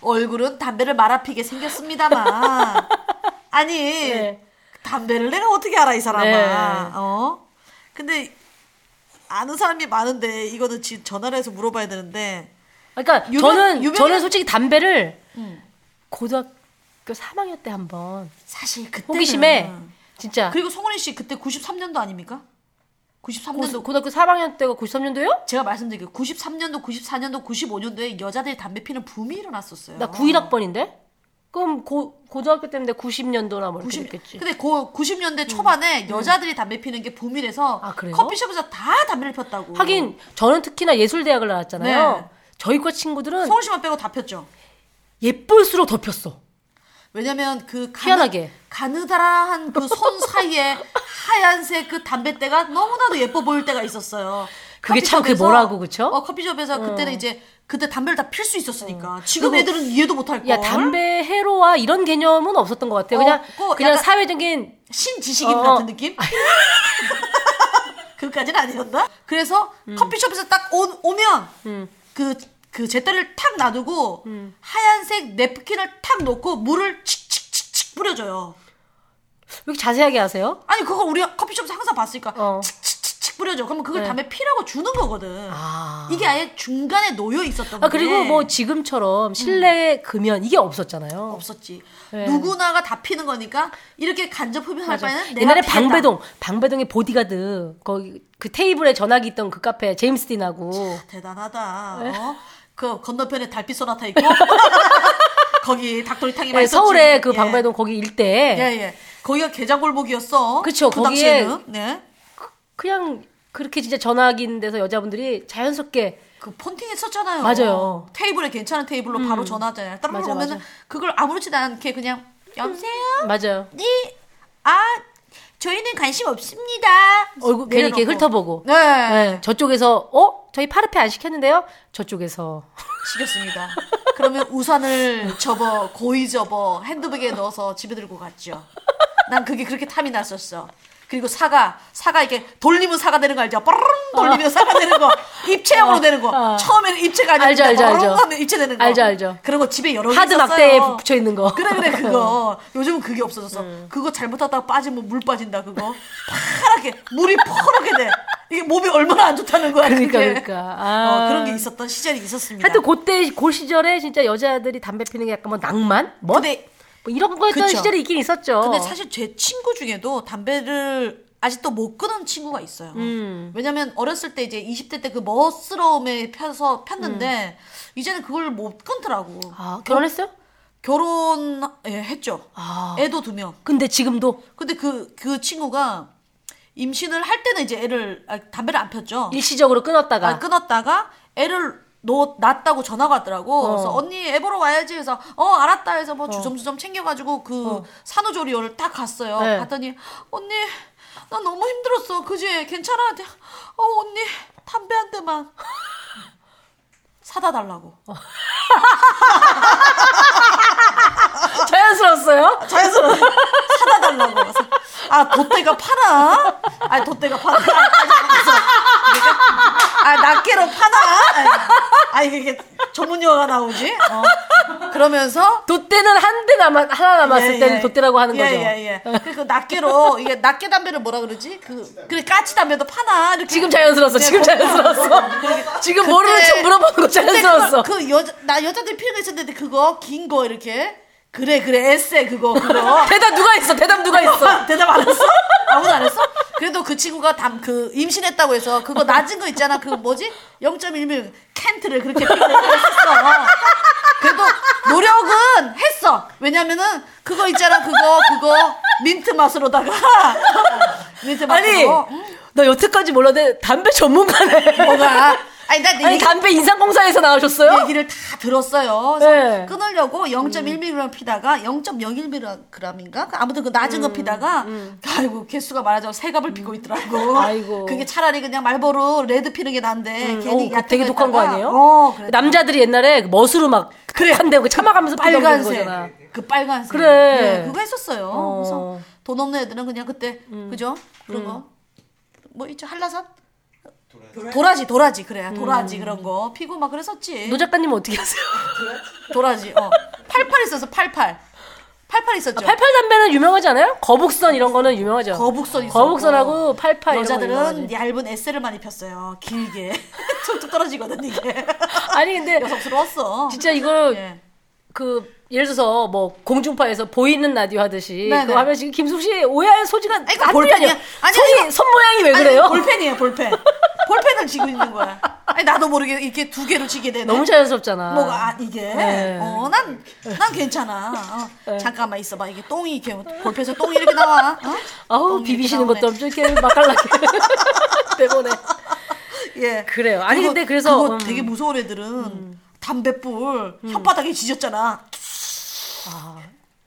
얼굴은 담배를 말아피게 생겼습니다만. 아니, 네. 담배를 내가 어떻게 알아, 이 사람아. 네. 어? 근데, 아는 사람이 많은데, 이거는 지금 전화를 해서 물어봐야 되는데, 그러니까 유명- 음. 저는 유명인- 저는 솔직히 담배를 고등학교 3학년 때 한번 사실 아. 그때. 호기심에 진짜 그 그리고 송은희 씨 그때 93년도 아닙니까? 고- 93년도 고등학교 4학년 때가 93년도요? 제가 말씀드릴게요. 93년도, 94년도, 95년도에 여자들이 담배 피는 붐이 일어났었어요. 나 91학번인데? 그럼 고, 고등학교 때문에 90년도나 뭐 이렇게 90 됐겠지. 음. 근데 고, 90년대 초반에 여자들이 담배 피는 게 붐이라서 커피숍에서 다 담배를 폈다고. 아, 하긴 저는 특히나 예술대학을 나왔잖아요. 네. 저희 과 친구들은 서울시만 빼고 다 폈죠. 예쁠수록 더 폈어. 왜냐면 그 가느, 희한하게. 가느다란 그 손 사이에 하얀색 그 담뱃대가 너무나도 예뻐 보일 때가 있었어요. 그게 참 그게 커피숍에서- 뭐라고, 그쵸? 어, 커피숍에서 그때는 이제 그때 담배를 다 필 수 있었으니까 지금 애들은 이해도 못할 걸. 어. 야 담배 해로와 이런 개념은 없었던 것 같아요. 어, 그냥 꼭 그냥 약간 사회적인 신지식인 어. 같은 느낌? 그까지는 아니었나? 그래서 음. 커피숍에서 딱 오, 오면 그, 그 제다리를 탁 놔두고 음. 하얀색 냅킨을 탁 놓고 물을 칙칙칙칙 뿌려줘요. 왜 이렇게 자세하게 하세요? 아니 그걸 우리 커피숍에서 항상 봤으니까 칙칙칙칙 뿌려줘. 그러면 그걸 어. 네. 담배 피라고 주는 거거든. 이게 아예 중간에 놓여 있었던 아 거지. 그리고 뭐 지금처럼 실내 금연 이게 없었잖아요. 음. 없었지. 네. 누구나가 다 피는 거니까 이렇게 간접 흡연할 맞아. 바에는 내가 옛날에 피겠다. 방배동 방배동의 보디가드 거기 그 테이블에 전화기 있던 그 카페 제임스 딘하고 대단하다. 네. 어? 그 건너편에 달빛 소나타 있고 거기 닭도리탕이 예, 맛있었지. 서울의 그 예. 방배동 거기 일대 예, 예. 거기가 게장골목이었어. 그쵸, 그 거기에 당시에는. 네. 그냥 그렇게 진짜 전화기 있는 데서 여자분들이 자연스럽게 그 폰팅 했었잖아요. 맞아요. 음. 테이블에 괜찮은 테이블로 바로 전화하잖아요. 따로 맞아, 오면은 맞아. 그걸 아무렇지도 않게 그냥 여보세요. 맞아요. 네. 아 저희는 관심 없습니다. 얼굴 괜히 이렇게 내려놓고. 훑어보고 네. 예, 저쪽에서 어 저희 파르페 안 시켰는데요 저쪽에서 시켰습니다. 그러면 우산을 접어 고이 접어 핸드백에 넣어서 집에 들고 갔죠. 난 그게 그렇게 탐이 났었어. 그리고 사과 사과 이렇게 돌리면 사과 되는 거 알죠? 뽀르릉 돌리면 사과 되는 거 입체형으로 되는 거 어. 처음에는 입체가 알죠, 아니었는데 알죠, 알죠. 뽀르릉 하면 입체 되는 거 알죠, 알죠. 그런 거 집에 여러 개 하드 있었어요. 막대에 붙여 음. 있는 거 그래 그래 그거 요즘은 그게 없어졌어 그거 잘못하다가 빠지면 물 빠진다 그거 파랗게 물이 퍼렇게 돼 이게 몸이 얼마나 안 좋다는 거야 그러니까, 그게. 그러니까. 아. 어, 그런 게 있었던 시절이 있었습니다 하여튼 그때 그 시절에 진짜 여자들이 담배 피는 게 약간 뭐 낭만 뭐, 어. 근데, 뭐 이런 거였던 그쵸. 시절이 있긴 있었죠. 근데 사실 제 친구 중에도 담배를 아직도 못 끊은 친구가 있어요 음. 왜냐면 어렸을 때 이제 20대 때 그 멋스러움에 펴서 폈는데 이제는 그걸 못 끊더라고 음. 아, 결혼했어요? 결혼 예, 했죠 아. 애도 두명 근데 지금도 근데 그, 그 친구가 임신을 할 때는 이제 애를, 아, 담배를 안 폈죠. 일시적으로 끊었다가 아, 끊었다가 애를 놓, 낳았다고 전화가 왔더라고. 어. 그래서 언니 애 보러 와야지. 그래서 어, 알았다. 해서 뭐 주점주점 챙겨가지고 그 산후조리원을 딱 갔어요. 어. 네. 갔더니 언니, 나 너무 힘들었어. 그지? 괜찮아? 어, 언니, 담배 한 대만. 사다 달라고. 자연스러웠어요. 자연스러워. 사다 달라고. 그래서, 아, 돗대가 파나? 아, 돗대가 파나? 아, 낱개로 파나? 아, 이게 전문 용어가 나오지? 어. 그러면서. 돗대는 한 대 남았 하나 남았을 예, 때는 예. 돗대라고 하는 예, 거죠. 예, 예. 그래서 낱개로, 이게 낱개 담배를 뭐라 그러지? 그, 그래, 까치 담배도 파나? 이렇게. 뭐, 지금 자연스러웠어. 지금 네, 자연스러웠어. 지금 모르는 척 물어보는 거 근데 자연스러웠어. 그거- 그 여자, 나 여자들이 피는 거 있었는데 그거, 긴 거 이렇게. 그래, 그래, 에세 그거, 그거. 대답 누가 했어? 대답 누가 했어? 대답 안 했어? 아무도 안 했어? 그래도 그 친구가 담, 그, 임신했다고 해서, 그거 낮은 거 있잖아. 그 뭐지? 0.1mm 캔트를 그렇게 피고 했었어. 그래도 노력은 했어. 왜냐면은, 그거 있잖아. 그거, 그거, 민트 맛으로다가. 민트 아니, 맛으로. 음, 나 여태까지 몰랐는데 담배 전문가네. 뭐가. 아니, 나 아니 내 담배 인상공사에서 나오셨어요? 얘기를 다 들었어요. 그래서 네. 끊으려고 0.1mg 피다가 0.01mg인가? 아무튼 그 낮은 음, 거 피다가 아이고 개수가 많아져 세 갑을 피고 있더라고. 아이고. 그게 차라리 그냥 말보로 레드 피는 게 난데 어, 괜히 그 되게 얕은 거 독한 거 있다가, 아니에요? 어, 그래. 남자들이 옛날에 멋으로 막 그래. 한대고 참아가면서 피던 그런 빨간색 거잖아. 그 빨간색 그래. 네, 그거 했었어요. 어. 음. 그래서 돈 없는 애들은 그냥 그때 그죠 그런 거 뭐 있죠 한라산 도라지 도라지 그래 도라지 그런 거 피고 막 그랬었지. 음. 노 작가님 은 어떻게 하세요? 도라지. 어. 팔팔 있었어. 팔팔. 팔팔 있었죠. 아, 팔팔 담배는 유명하지 않아요? 거북선 이런 거는 유명하죠. 거북선 있었고. 거북선하고 팔팔 이런 거 여자들은 유명하지. 얇은 에스를 많이 폈어요. 길게. 툭툭 떨어지거든 이게. 아니 근데 여성스러웠어. 진짜 이걸 예. 그 예를 들어서 뭐 공중파에서 보이는 라디오 하듯이 네네. 그거 하면 지금 김숙 씨의 오해할 소지가 아니, 그러니까 볼펜이야. 아니, 손이, 이거- 손 모양이 왜 아니, 그래요? 볼펜이에요, 볼펜. 볼펜을 쥐고 있는 거야. 아니, 나도 모르게 이렇게 두 개로 쥐게 되네. 너무 자연스럽잖아. 뭐가, 아, 이게? 네. 어, 난, 난 괜찮아. 어, 잠깐만 있어봐. 이게 똥이 이렇게, 볼펜에서 똥이 이렇게 나와. 어? 아우 비비시는 것도 엄청 이렇게 맛깔나게 대본에 예. 그래요. 아니 그거- 근데 그래서 그거 음. 되게 무서운 애들은 담뱃불 혓바닥에 지졌잖아.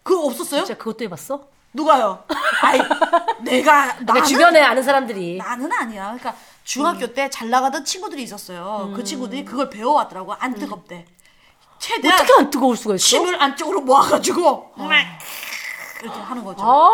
그거 없었어요? 아. 진짜 그것도 해봤어? 누가요? 아이, 내가 그러니까 나는 주변에 음. 아는 사람들이 나는 아니야. 그러니까 중학교 때 잘 나가던 친구들이 있었어요. 음. 그 친구들이 그걸 배워왔더라고. 안 뜨겁대. 최대한 어떻게 안 뜨거울 수가 있어? 어. 침을 안쪽으로 모아가지고 이렇게 하는 거죠. 아,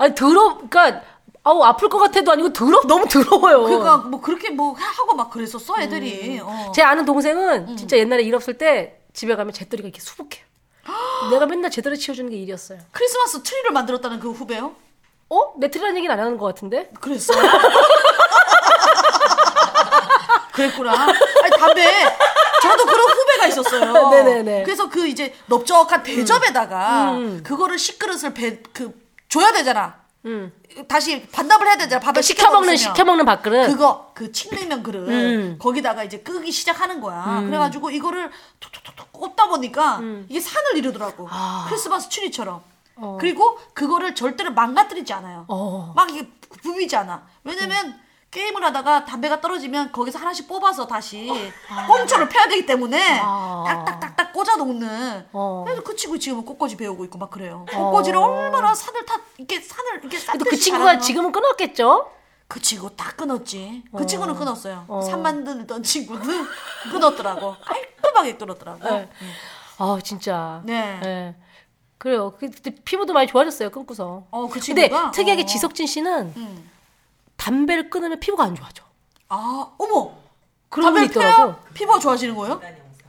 아니 더러, 그러니까 아우 아플 것 같아도 아니고 더러 너무 더러워요. 그러니까 뭐 그렇게 뭐 하고 막 그랬었어 애들이. 어. 음. 제 아는 동생은 음. 진짜 옛날에 일 없을 때 집에 가면 재떨이가 이렇게 수북해요. 내가 맨날 재떨이 치워주는 게 일이었어요. 크리스마스 트리를 만들었다는 그 후배요? 어? 내 틀이라는 얘기는 안 하는 것 같은데? 그랬어. 그랬구나. 아니, 담배. 저도 그런 후배가 있었어요. 네네네. 그래서 그 이제 넓적한 대접에다가 그거를 식그릇을 배, 그 줘야 되잖아. 음. 그러니까 다시 반납을 해야 되잖아. 밥을 시켜 시켜먹는 먹었으면. 시켜먹는 밥그릇. 그거 그 칡냉면 그릇 음. 거기다가 이제 끄기 시작하는 거야. 그래가지고 이거를 톡톡톡톡 꼽다 보니까 음. 이게 산을 이루더라고. 아. 크리스마스 추리처럼. 그리고 그거를 절대로 망가뜨리지 않아요. 어. 음. 막 이게 부- 부비지 않아. 왜냐면 게임을 하다가 담배가 떨어지면 거기서 하나씩 뽑아서 다시 꽁초를 펴야 되기 때문에 아. 딱딱딱딱 꽂아 놓는. 어. 그래서 그 친구 지금은 꽃꽂이 배우고 있고 막 그래요. 꽃꽂이를 얼마나 산을 타 이렇게 산을 이렇게 쌓듯이 근데 그 잘하는 친구가 거야. 지금은 끊었겠죠? 그 친구 다 끊었지. 그 친구는 끊었어요. 산 만들던 친구는 끊었더라고. 깔끔하게 끊었더라고. 네. 아 진짜. 네. 예. 그래요. 그- 그때 피부도 많이 좋아졌어요. 끊고서. 어, 그 근데 친구가? 특이하게 어. 지석진 씨는 음. 담배를 끊으면 피부가 안 좋아져. 아, 어머! 그런 분이 담배 있더라고. 피워요? 피부가 좋아지는 거예요?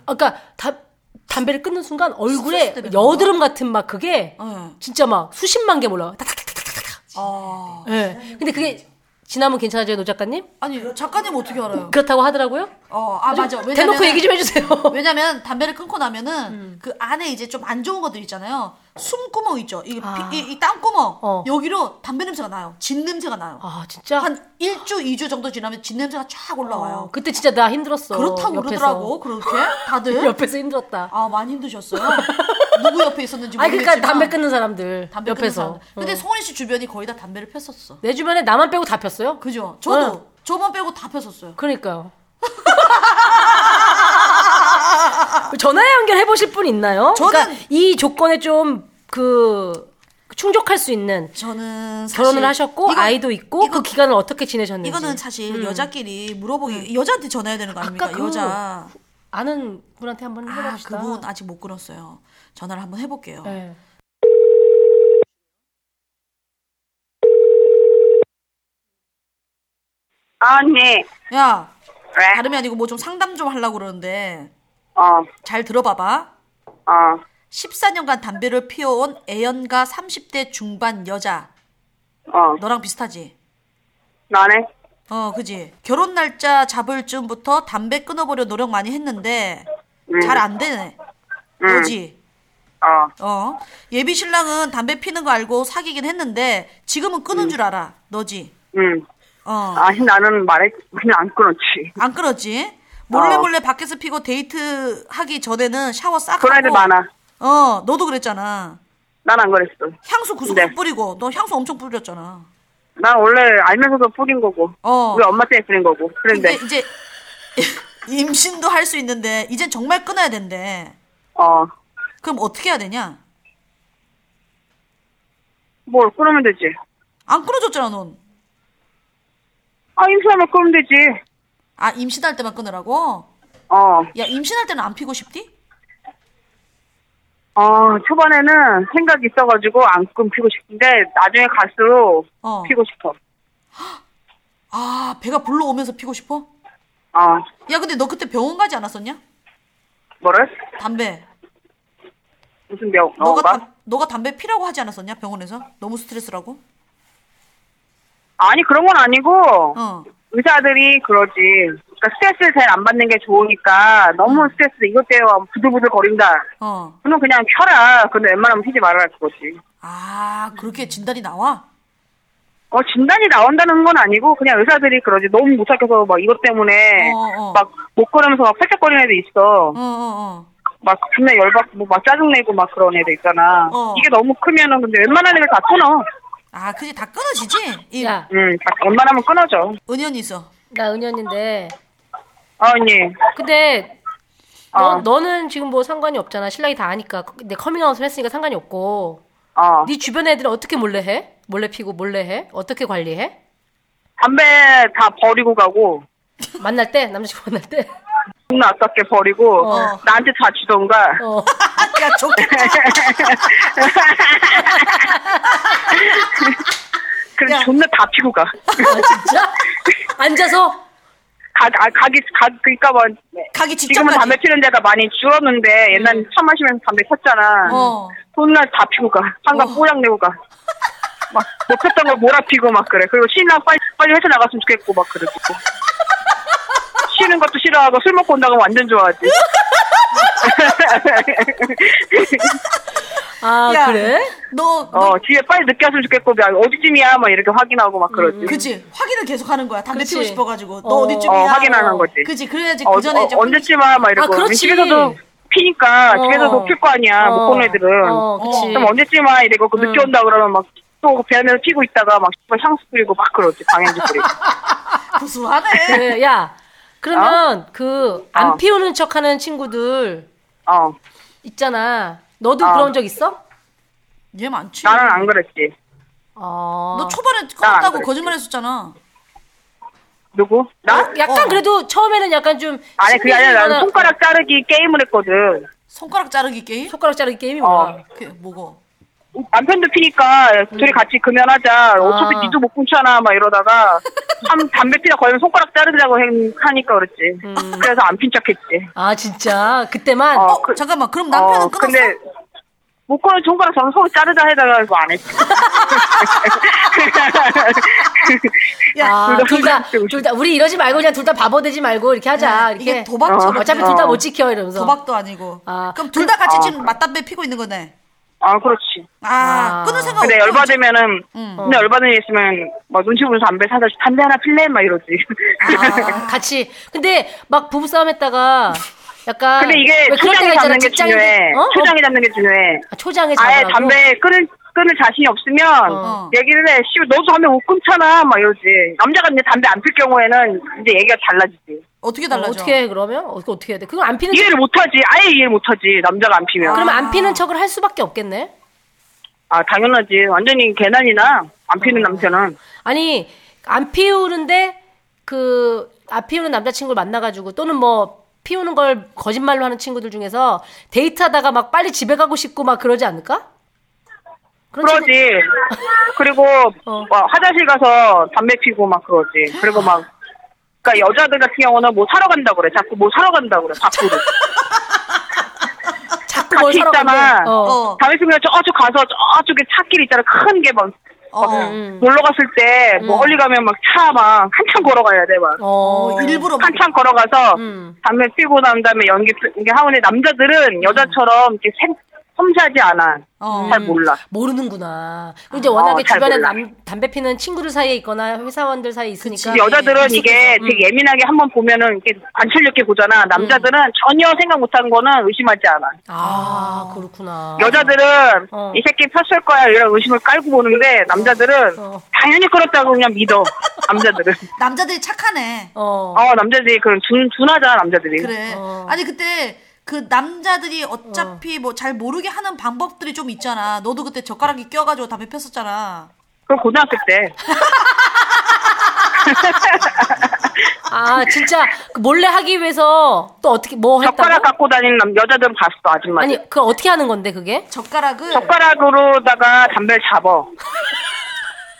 아, 그러니까 다- 담배를 끊는 순간 얼굴에 스트레스 때문에 그런가? 여드름 같은 막 그게 네. 진짜 막 수십만 개 몰라. 딱딱딱딱딱딱. 아. 예. 근데 그게 지나면 괜찮아져요, 노 작가님? 아니, 작가님 어떻게 알아요? 그렇다고 하더라고요. 어, 아, 맞아. 왜냐면, 대놓고 얘기 좀 해주세요. 음. 왜냐면 담배를 끊고 나면은 그 안에 이제 좀 안 좋은 것들 있잖아요. 숨구멍 있죠. 이, 피- 아. 이, 이 땀구멍. 어. 여기로 담배 냄새가 나요. 진 냄새가 나요. 아 진짜. 한 1주, 2주 정도 지나면 진 냄새가 쫙 올라와요. 어, 그때 진짜 나 힘들었어. 그렇다고 옆에서. 그러더라고. 그렇게 다들. 옆에서 힘들었다. 아 많이 힘드셨어요. 누구 옆에 있었는지 아 모르겠지만 그러니까 담배 끊는 사람들 담배 끊는 옆에서. 사람들. 근데 어. 송은이 씨 주변이 거의 다 담배를 폈었어. 내 주변에 나만 빼고 다 폈어요. 그죠? 저도 어. 저만 빼고 다 폈었어요. 그러니까요. 전화 연결해 보실 분 있나요? 저는- 그러니까 이 조건에 좀 그 충족할 수 있는 저는 사실 결혼을 하셨고 이거- 아이도 있고 그 기간을 어떻게 지내셨는지 이거는 사실 여자끼리 물어보기 여자한테 전화해야 되는 거 음. 아닙니까? 아까 그- 여자 아는 분한테 한번 해봐 아, 봅시다. 그분 아직 못 끊었어요. 전화를 한번 해볼게요. 네. 아, 네. 야 왜? 다름이 아니고 뭐 좀 상담 좀 하려고 그러는데 어, 잘 들어봐봐. 어, 14년간 담배를 피워온 애연가 30대 중반 여자 어. 너랑 비슷하지? 나네? 어, 그지. 결혼 날짜 잡을 쯤부터 담배 끊어보려 노력 많이 했는데 음. 잘 안 되네. 음. 뭐지? 어, 어. 예비 신랑은 담배 피는 거 알고 사귀긴 했는데 지금은 끊은 줄 알아. 너지? 응. 어. 음. 아니, 나는 말해, 그냥 안 끊었지. 안 끊었지? 몰래 어. 몰래 밖에서 피고 데이트 하기 전에는 샤워 싹 그런 애들 하고. 많아. 어, 너도 그랬잖아. 난 안 그랬어. 향수 구석구석 네. 뿌리고 너 향수 엄청 뿌렸잖아. 난 원래 알면서도 뿌린 거고. 어. 우리 엄마 때문에 뿌린 거고. 근데 그런데, 이제 임신도 할 수 있는데 이젠 정말 끊어야 된대. 어, 그럼 어떻게 해야 되냐? 뭘 끊으면 되지. 안 끊어줬잖아, 넌. 아, 임신하면 끊으면 되지. 아, 임신할 때만 끊으라고? 어, 야, 임신할 때는 안 피고 싶디? 어, 초반에는 생각이 있어가지고 안 끊기고 싶은데, 나중에 갈수록 어. 피고 싶어. 아, 배가 불러오면서 피고 싶어? 어, 야, 근데 너 그때 병원 가지 않았었냐? 뭐를? 담배. 무슨 어, 명, 너가, 너가? 담, 너가 담배 피라고 하지 않았었냐? 병원에서? 너무 스트레스라고? 아니, 그런 건 아니고, 어. 의사들이 그러지. 그러니까 스트레스를 잘 안 받는 게 좋으니까 너무 스트레스 이것 때문에 부들부들 거린다. 어. 그러면 그냥 켜라. 근데 웬만하면 피지 말아라 그거지. 아, 그렇게 진단이 나와? 어 진단이 나온다는 건 아니고 그냥 의사들이 그러지 너무 못 찾겨서 막 이것 때문에 막 못 걸으면서 막 팔짝거리는 애도 있어. 어, 어, 막 존나 열받고 뭐 막 짜증내고 막 그런 애도 있잖아. 어. 이게 너무 크면은 근데 웬만한 애들 다 끊어. 아, 그게 다 끊어지지? 이 야. 응, 다 웬만하면 끊어져. 은연 있어. 나 은연인데. 아, 언니. 근데 너, 어. 너는 지금 뭐 상관이 없잖아. 신랑이 다 아니까. 내 커밍아웃을 했으니까 상관이 없고. 어. 네 주변 애들은 어떻게 몰래 해? 몰래 피고 몰래 해? 어떻게 관리해? 담배 다 버리고 가고. 만날 때? 남자친구 만날 때? 존나 아깝게 버리고 어. 나한테 다 주던가. 어. 야, 네. 좋겠다. 그럼 존나 다 피고 가. 아, 진짜? 앉아서? 네. 가, 아, 가기, 가, 그니까 뭐. 가기 지금은 담배 피는 데가 많이 줄었는데, 옛날 음. 차 마시면서 담배 폈잖아. 어. 존나 다 피고 가. 어. 한강 뽀양 내고 가. 막, 못 폈던 걸 몰아피고 막 그래. 그리고 신랑 빨리, 빨리 회사 나갔으면 좋겠고, 막 그러고. 쉬는 것도 싫어하고 술 먹고 온다고 하면 완전 좋아하지. 아, 야, 그래? 너, 어, 집에 빨리 늦게 왔으면 좋겠고, 야, 어디쯤이야? 막 이렇게 확인하고 막 그러지. 음. 그치. 확인을 계속 하는 거야. 담배 그치. 피우고 싶어가지고. 너 어. 어, 디쯤이야 어, 확인하는 거지. 그치. 그래야지 어, 그 전에 어, 이제. 언제쯤 와? 막 이러고. 아, 그렇지. 집에서도 피니까 어. 집에서도 필 거 아니야. 어. 못 보는 애들은. 어, 음. 그치. 그럼 언제쯤 와? 이러고 그 늦게 온다 그러면 막 또 배안에서 피고 있다가 막 씨발 향수 뿌리고 막 그러지. 방향제 뿌리고. 구수하네. 그래, 야. 그러면 아. 그 안 피우는 척하는 친구들 있잖아. 너도 어. 그런 적 있어? 얘 많지. 나는 안 그랬지. 아. 너 초반에 끊었다고 거짓말 했었잖아. 누구? 어, 나? 약간 그래도 처음에는 약간 좀 어. 아니 그게 아니라 나는 손가락 자르기 게임을 했거든. 손가락 자르기 게임? 손가락 자르기 게임이 어. 뭐야? 그 뭐고? 남편도 피니까 둘이 같이 금연하자. 어차피 음. 아. 니도 못 끊잖아. 막 이러다가 참 담배 피다 걸면 손가락 자르자고 행- 하니까 그랬지. 음. 그래서 안 핀 척했지. 아 진짜 그때만. 어, 잠깐만 그럼 남편은 끊었어? 근데 못 끊어 손가락 잡으면 서로 자르자 해다가 이거 안 했지. 야, 둘다 아, 둘다둘다 우리 이러지 말고 그냥 둘 다 바보 되지 말고 이렇게 하자. 네, 이렇게 이게 도박처럼. 어차피 둘 다 못 지켜 이러면서. 도박도 아니고. 그럼 둘 다 같이 아. 지금 맞담배 피고 있는 거네. 아, 그렇지. 아, 끊을 생각 근데 없어, 열받으면은, 음. 어. 근데 열받은 일 있으면, 막 눈치 보면서 담배 사다, 담배 하나 필래? 막 이러지. 아, 같이. 근데 막 부부싸움 했다가 약간 근데 이게 아. 왜 그럴 초장에 때가 잡는 게 직장인- 중요해. 어? 초장에 잡는 게 중요해. 초장에 아예 잡으라고? 어. 담배 끊을, 끊을 자신이 없으면, 얘기를 해. 씨, 너도 담배 못 끊잖아. 막 이러지. 남자가 이제 담배 안 필 경우에는, 이제 얘기가 달라지지. 어떻게 달라져? 어떻게 해, 그러면? 어, 그거 어떻게 해야 돼? 그건 안 피는 이해를 못하지. 아예 이해를 못하지. 남자가 안 피면. 그러면 안 피는 척을 할 수밖에 없겠네. 아, 당연하지. 완전히 개난이나, 안 피는 어. 남편은. 아니 안 피우는데 그 안 피우는 남자친구를 만나가지고 또는 뭐 피우는 걸 거짓말로 하는 친구들 중에서 데이트하다가 막 빨리 집에 가고 싶고 막 그러지 않을까? 그러지. 그리고 어. 막 화장실 가서 담배 피고 막 그러지. 그리고 막 그러니까 여자들 같은 경우는 뭐 사러 간다 그래. 자꾸 뭐 사러 간다 그래. 밖으로. 자꾸 같이 뭘 사러 있잖아. 간대. 어. 담배 피면 저쪽 가서 저쪽에 차길 있잖아. 큰 게 막. 어, 막 놀러 갔을 때뭐 멀리 가면 막 차 막 한참 음. 걸어가야 음. 돼 막. 음. 일부러 한참 걸어가서 담배 피고 난 다음에 연기 피- 이게 하는데 남자들은 여자처럼 이렇게 생- 섬세하지 않아. 잘 몰라. 모르는구나. 근데 아, 워낙에 어, 잘 주변에 몰라. 남, 담배 피는 친구들 사이에 있거나 회사원들 사이에 있으니까 음. 그치, 음. 여자들은 이게 되게 예민하게 한번 보면은 이렇게 관찰 있게 보잖아. 남자들은 전혀 생각 못한 거는 의심하지 않아. 아 그렇구나. 여자들은 어. 이 새끼 폈을 거야 이런 의심을 깔고 보는데 남자들은 당연히 그렇다고 그냥 믿어. 남자들은. 남자들이 착하네. 어. 남자들이 그런 둔 둔하잖아 남자들이. 그래. 아니 그때 그 남자들이 어차피 뭐 잘 모르게 하는 방법들이 좀 있잖아. 너도 그때 젓가락이 껴가지고 담배 폈었잖아. 그럼 고등학교 때. 아 진짜 그 몰래 하기 위해서 또 어떻게 뭐 했다고? 젓가락 갖고 다니는 남 여자들은 봤어 아줌마. 아니 그 어떻게 하는 건데 그게? 젓가락을 젓가락으로다가 담배를 잡어.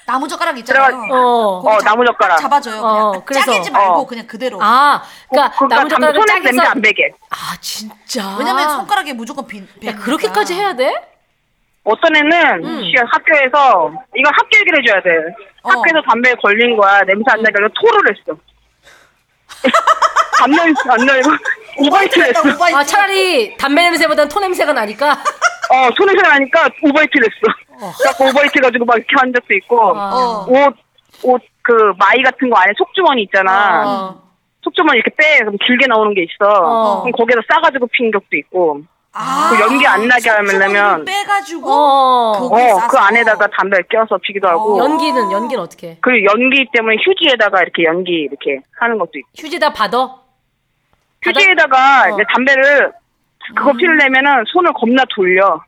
나무 젓가락 있잖아요. 어, 그거 잡- 나무 젓가락. 어. 잡아줘요. 그냥 짜기지 말고 그냥 그대로. 아, 그러니까 나무 담- 젓가락을 손에 짜게 냄새 해서- 안 배게. 아 진짜. 왜냐면 손가락에 무조건 빈. 야, 그렇게까지 해야 돼? 아, 어떤 애는 씨, 학교에서 이거 학교 얘기를 해줘야 돼. 학교에서 담배에 걸린 거야. 냄새 안 나니까 이거 토를 했어. 안 열, 안 열고. 오바이트 했어. 아, 차라리 담배 냄새보단 토 냄새가 나니까. 어, 손에서 나니까 오바이트를 했어. 자꾸 오바이트 해가지고 막 이렇게 한 적도 있고, 어. 옷, 옷, 그, 마이 같은 거 안에 속주머니 있잖아. 속주머니 이렇게 빼, 그럼 길게 나오는 게 어. 있어. 어. 그럼 거기다 싸가지고 핀 적도 있고. 그 연기 안 나게 하려면, 아, 어, 빼가지고 거기에 어, 그 안에다가 담배를 껴서 피기도 하고. 연기는 연기는 어떻게? 해? 그리고 연기 때문에 휴지에다가 이렇게 연기 이렇게 하는 것도 있고. 휴지다 받아. 휴지에다가 어. 음. 이제 담배를 그거 피우려면은 손을 겁나 돌려.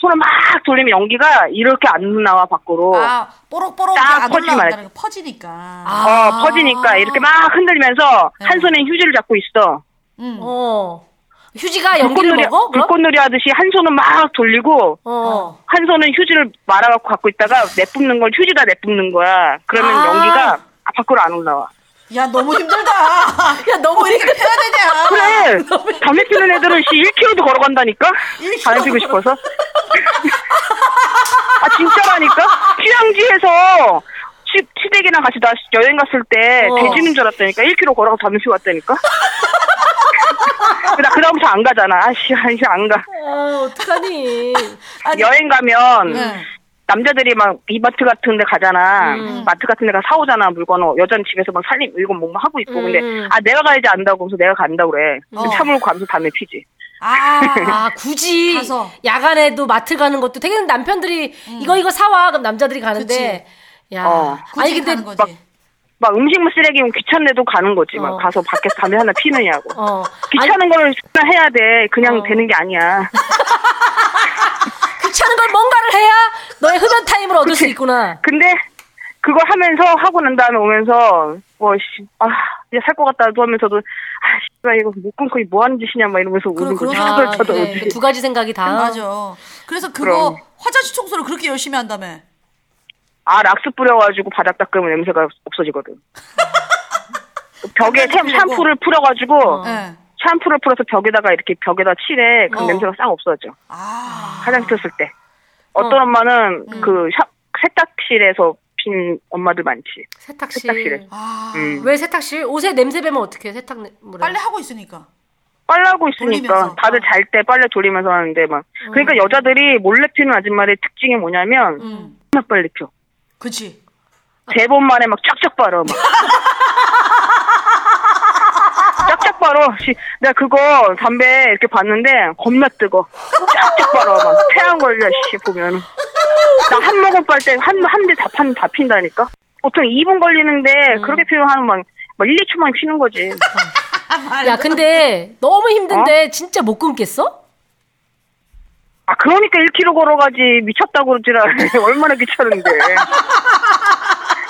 손을 막 돌리면 연기가 이렇게 안 나와 밖으로. 아, 뽀록뽀록 딱 안 퍼지 올라온다는 말- 거 퍼지니까. 아. 어, 퍼지니까 이렇게 막 흔들면서 한 손에 휴지를 잡고 있어. 어. 휴지가 연기를 불꽃놀이- 먹어? 그럼? 불꽃놀이 하듯이 한 손은 막 돌리고 어. 한 손은 휴지를 말아갖고 갖고 있다가 내뿜는 걸 휴지다 내뿜는 거야. 그러면 아. 연기가 밖으로 안 올라와. 야, 너무 힘들다. 야, 너무 이렇게 해야 되냐. 아, 그래 담배 피는 애들은 씨 1km도 걸어간다니까 담배 피고 싶어서 아 진짜라니까 휴양지에서 시, 시댁이랑 같이 나 여행 갔을 때 어. 돼지는 줄 알았다니까 1km 걸어가 담배 피고 왔다니까 나 그다음부터 안 가잖아 아씨 아씨 안가 어, 어떡하니. 여행 가면 네. 남자들이 막 이마트 같은 데 가잖아. 음. 마트 같은 데 가서 사오잖아, 물건을. 여자는 집에서 막 살림, 이거 뭐, 뭐 하고 있고. 근데, 음. 아, 내가 가야지 안다고. 그래서 내가 간다고 그래. 어. 참으로 가면서 담에 피지. 아, 아, 굳이 야간에도 마트 가는 것도 되게 남편들이 이거 이거 사와 그럼 남자들이 가는데 야 어. 아니 근데 막, 막 음식물 쓰레기면 귀찮은데도 가는 거지. 막 가서 밖에서 담에 하나 피느냐고. 어. 귀찮은 걸 X나 해야 돼. 그냥 되는 게 아니야. 귀찮은 걸 뭔가를 해야 너의 흡연 타임을 얻을 수 있구나. 근데 그걸 하면서 하고 난 다음에 오면서 뭐 씨, 아, 이제 살 것 같다도 하면서도 아, 씨발 이거 못 끊고 이뭐 하는 짓이냐 막 이러면서 우는 거지. 아, 저도 그래. 오지. 두 가지 생각이 다. 맞아. 그래서 그거 화장실 청소를 그렇게 열심히 한다며. 아, 락스 뿌려가지고 바닥 닦으면 냄새가 없어지거든. 벽에 샴, 샴푸를 풀어가지고 샴푸를 풀어서 벽에다가 이렇게 벽에다 칠해. 그럼 어. 냄새가 싹 없어져. 아. 화장실 쓸 때. 어떤 엄마는 그 샤- 세탁실에서 핀 엄마들 많지. 세탁실. 세탁실에서. 음. 왜 세탁실? 옷에 냄새 배면 어떻게 세탁물에? 빨래 아. 하고 있으니까. 빨래하고 있으니까 돌리면서. 다들 잘 때 빨래 돌리면서 하는데 막 그러니까 여자들이 몰래 피는 아줌마의 특징이 뭐냐면 정말 빨리 펴. 그치. 대본 만에 막 쫙쫙 빨아 막. 쫙쫙 빨아. 씨, 내가 그거 담배 이렇게 봤는데 겁나 뜨거. 쫙쫙 빨아 막 태양 걸려 씨 보면은. 나 한 모금 빨 때 한 한 대 다 판 다 핀다니까. 보통 2분 걸리는데 그렇게 피우면 한 막, 막 1, 2초만 피는 거지. 아, 야 근데 너무 힘든데 진짜 못 끊겠어? 아, 그러니까 1km 걸어가지. 미쳤다고 그러지라. 얼마나 귀찮은데.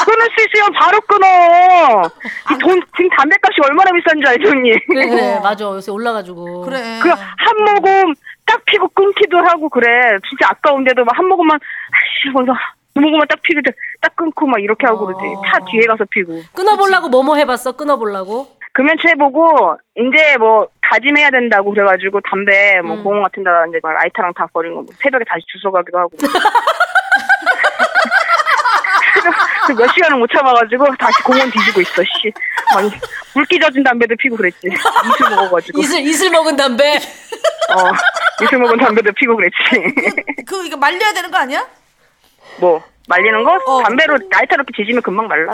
끊을 수 있으면 바로 끊어. 이 돈, 지금 담배값이 얼마나 비싼 줄 알죠, 언니? 그래, 그래 네, 맞아 요새 올라가지고. 그래. 그한 모금 딱 피고 끊기도 하고 그래. 진짜 아까운데도 막 한 모금만, 아씨, 먼저 두 모금만 딱 피고, 딱 끊고 막 이렇게 하고 그러지. 차 뒤에 가서 피고. 끊어보려고 뭐뭐 해봤어? 끊어보려고? 금연체 보고 이제 뭐 다짐해야 된다고 그래가지고 담배 뭐 공원 같은 데 이제 막 라이터랑 다 버린 거뭐 새벽에 다시 주워 가기도 하고 그몇 시간을 못 참아가지고 다시 공원 뒤지고 있어 씨막 물기 젖은 담배도 피고 그랬지 이슬 먹어가지고 이슬 이슬 먹은 담배. 어 이슬 먹은 담배도 피고 그랬지 그, 이거 말려야 되는 거 아니야? 뭐 말리는 거 담배로 라이터로 이렇게 지지면 금방 말라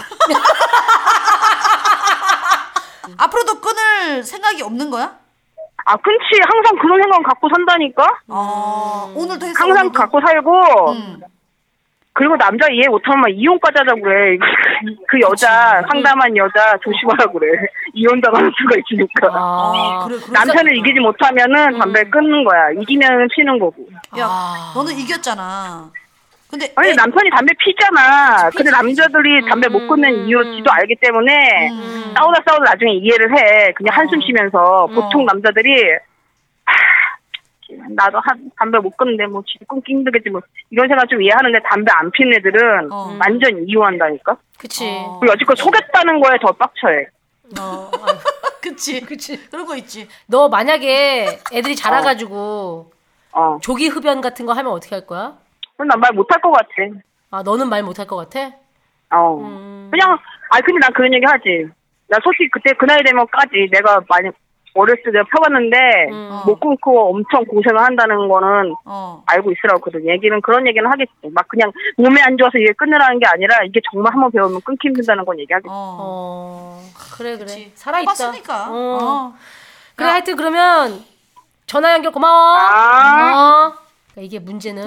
앞으로도 끊을 생각이 없는 거야? 아 끊지 항상 그런 생각 갖고 산다니까 음. 아, 오늘도 했어. 항상 갖고 살고 음. 그리고 남자 이해 못하면 막 이혼까지 하자고 그래 그 여자 상담한 여자 조심하라고 그래 이혼 당하는 수가 있으니까 아, 아, 남편을 이기지 못하면은 담배 끊는 거야 이기면 피는 거고 야, 아. 너는 이겼잖아. 근데 아니 남편이 담배 네. 피잖아 근데 남자들이 담배 못 끊는 이유를 지도 알기 때문에 싸우다 싸우다 나중에 이해를 해 그냥 한숨 쉬면서 보통 남자들이 나도 한, 담배 못 끊는데 뭐 지금 끊기 힘들겠지 뭐 이런 생각 좀 이해하는데 담배 안 피는 애들은 완전 이혼한다니까. 그치. 어. 그리고 여지껏 속였다는 거에 더 빡쳐해. 그치. 그치. 그런 거 있지. 너 만약에 애들이 자라가지고 조기 흡연 같은 거 하면 어떻게 할 거야? 어. 그럼 난 말 못할 것 같아. 아 너는 말 못할 것 같아? 어. 그냥 아 근데 난 그런 얘기 하지. 나 솔직히 그때 그 나이 되면까지 내가 많이 어렸을 때 내가 펴봤는데 못 끊고 엄청 고생을 한다는 거는 어, 알고 있으라고 그런 얘기는 그런 얘기는 하겠지. 막 그냥 몸에 안 좋아서 이게 끊으라는 게 아니라 이게 정말 한번 배우면 끊기 힘든다는 건 얘기하겠지. 어. 어. 그래 그래 살아 있다. 뽑았으니까. 어. 그래 하여튼 그러면 전화 연결 고마워. 고마워. 그러니까 이게 문제는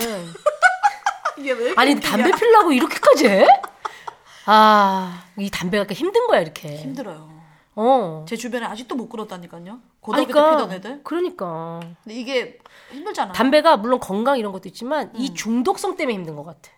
이게 왜 이렇게 아니 웃기냐. 담배 피려고 이렇게까지 해? 아, 이 담배가 이렇게 힘든 거야 이렇게. 힘들어요. 어. 제 주변에 아직도 못 끊었다니까요. 아니, 고등학교 때 그러니까, 피던 애들. 그러니까 근데 이게 힘들잖아. 음. 담배가 물론 건강 이런 것도 있지만 이 중독성 때문에 힘든 것 같아.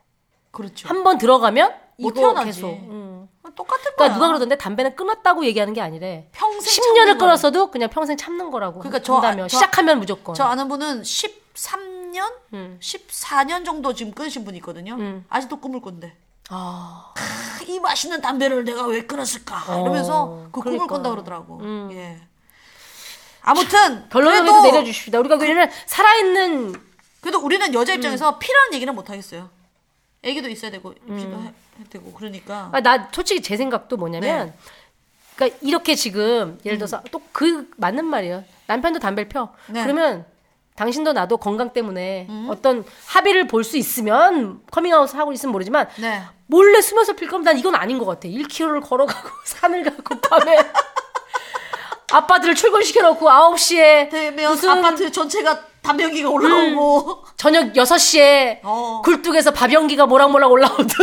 그렇죠. 한 번 들어가면 못 이거 태어나지. 계속. 음. 똑같은 거야. 그러니까 누가 그러던데 담배는 끊었다고 얘기하는 게 아니래. 평생 10년을 참는 거야. 끊었어도 그냥 평생 참는 거라고. 그러니까 저, 한다며. 아- 저- 시작하면 무조건. 저 아는 분은 13년, 음. 14년 정도 지금 끊으신 분이 있거든요. 아직도 꿈을 꾼대. 아. 크, 이 맛있는 담배를 내가 왜 끊었을까? 어, 이러면서 그 그러니까. 꿈을 꾼다 그러더라고. 예. 아무튼 결론을 그래도 그래도- 내려주십시다. 우리가 우리는 살아있는 그래도 우리는 음. 여자 입장에서 피라는 얘기는 못 하겠어요. 애기도 있어야 되고 입시도 해- 해야 되고 그러니까. 음. 아, 나 솔직히 제 생각도 네. 뭐냐면, 그러니까 이렇게 지금 예를 들어서 또 그 맞는 말이에요. 남편도 담배를 펴. 음. 네. 음. 그러면 당신도 나도 건강 때문에 어떤 합의를 볼 수 있으면 커밍아웃 하고 있으면 모르지만 네. 몰래 숨어서 필 거면 난 이건 아닌 것 같아. 1km를 걸어가고 산을 가고 밤에 아빠들을 출근시켜놓고 9시에 되면 아파트 전체가 담배 연기가 올라오고 저녁 6시에 어. 굴뚝에서 밥 연기가 모락모락 올라오듯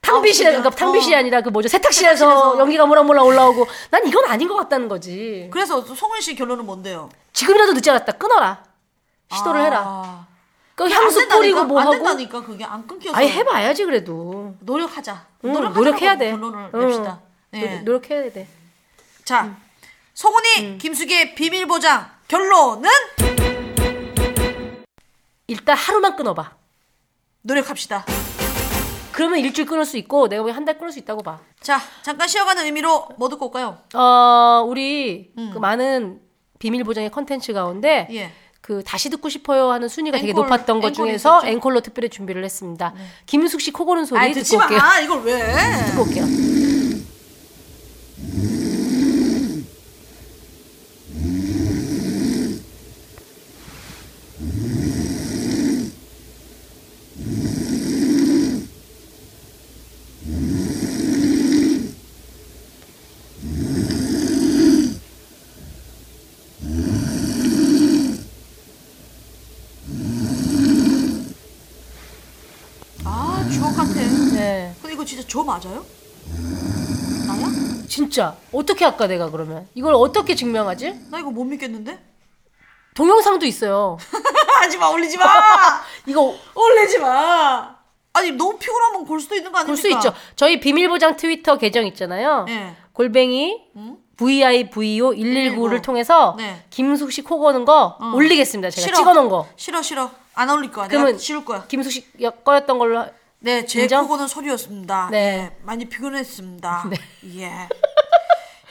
탕비실에 그러니까 탕비실이 어. 아니라 그 뭐죠 세탁실에서, 연기가 모락모락 올라오고 난 이건 아닌 것 같다는 거지 그래서 송은 씨 결론은 뭔데요? 지금이라도 늦지 않았다 끊어라 시도를 해라 그 그게 향수 아. 안 된다니까? 뿌리고 뭐 안 하고 된다니까 그게 안 끊겨서. 아니 해봐야지 그래도 노력하자. 응, 노력하자라고 노력해야 돼 결론을 응. 냅시다. 네. 노- 노력해야 돼 자, 송은이 김숙의 비밀 보장 결론은 일단 하루만 끊어봐 노력합시다. 그러면 일주일 끊을 수 있고 내가 보기엔 한 달 끊을 수 있다고 봐 자, 잠깐 쉬어가는 의미로 뭐 듣고 올까요? 어, 우리 그 많은 비밀 보장의 컨텐츠 가운데 음. 예. 그 다시 듣고 싶어요 하는 순위가 되게 앵콜, 높았던 것 앵콜이 중에서 있었죠. 네. 앵콜로 특별히 준비를 했습니다. 김숙 씨 코고는 소리 아이, 듣지 듣고 마. 올게요. 이걸 왜? 듣고 올게요. 아, 주옥 같아. 네. 근데 이거 진짜 저 맞아요? 진짜 어떻게 할까 내가 그러면 이걸 어떻게 증명하지? 나 이거 못 믿겠는데? 동영상도 있어요. 하지 마, 올리지 마. 이거 올리지 마. 아니 너무 피곤하면 골 수도 있는 거 아닙니까? 볼 수 있죠. 저희 비밀 보장 트위터 계정 있잖아요. 예. 골뱅이 VIVO 119를 통해서 네. 김숙 씨 코 고는 거 어. 올리겠습니다. 제가 싫어. 찍어놓은 거. 싫어 싫어 안 올릴 거야. 내가 그러면 지울 거야. 김숙 씨 거였던 걸로 하- 네, 제 인정? 코고는 소리였습니다. 네. 예, 많이 피곤했습니다. 예.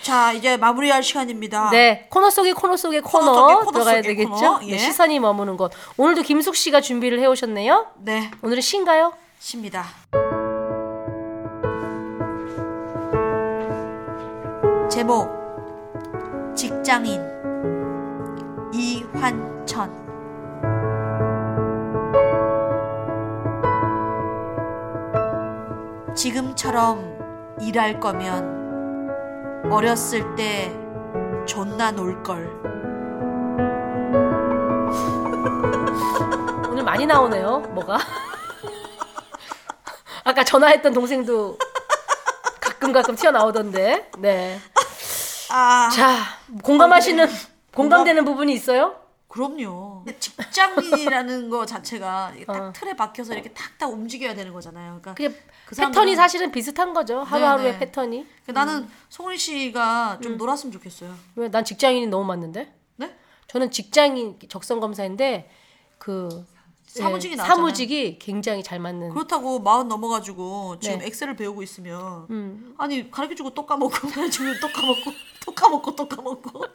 자, 이제 마무리할 시간입니다. 네 코너 속의 코너 속의 코너, 아, 코너 속의 코너 들어가야 속의 되겠죠. 코너, 네, 예. 시선이 머무는 곳. 오늘도 김숙 씨가 준비를 해오셨네요. 네, 오늘은 신가요? 쉽니다. 제목 직장인 이환천 지금처럼 일할 거면 어렸을 때 존나 놀걸 오늘 많이 나오네요. 뭐가? 아까 전화했던 동생도 가끔 가끔 튀어나오던데. 네. 아 자 공감하시는 공감되는 부분이 있어요? 어. 그럼요 직장인이라는 거 자체가 이게 딱 틀에 박혀서 이렇게 탁탁 움직여야 되는 거잖아요 그러니까 그게 그 사람들은- 패턴이 사실은 비슷한 거죠. 하루하루의 네. 패턴이. 그 음. 나는 송은희 씨가 좀 놀았으면 좋겠어요. 왜 난 직장인이 너무 많는데? 네? 저는 직장인 적성 검사인데 그 사무직이 예, 나왔잖아요. 사무직이 굉장히 잘 맞는. 그렇다고 마흔 넘어가지고 지금 네. 엑셀을 배우고 있으면 음. 아니 가르쳐주고 또 까먹고 가르쳐주면 또 까먹고 또 까먹고 또 까먹고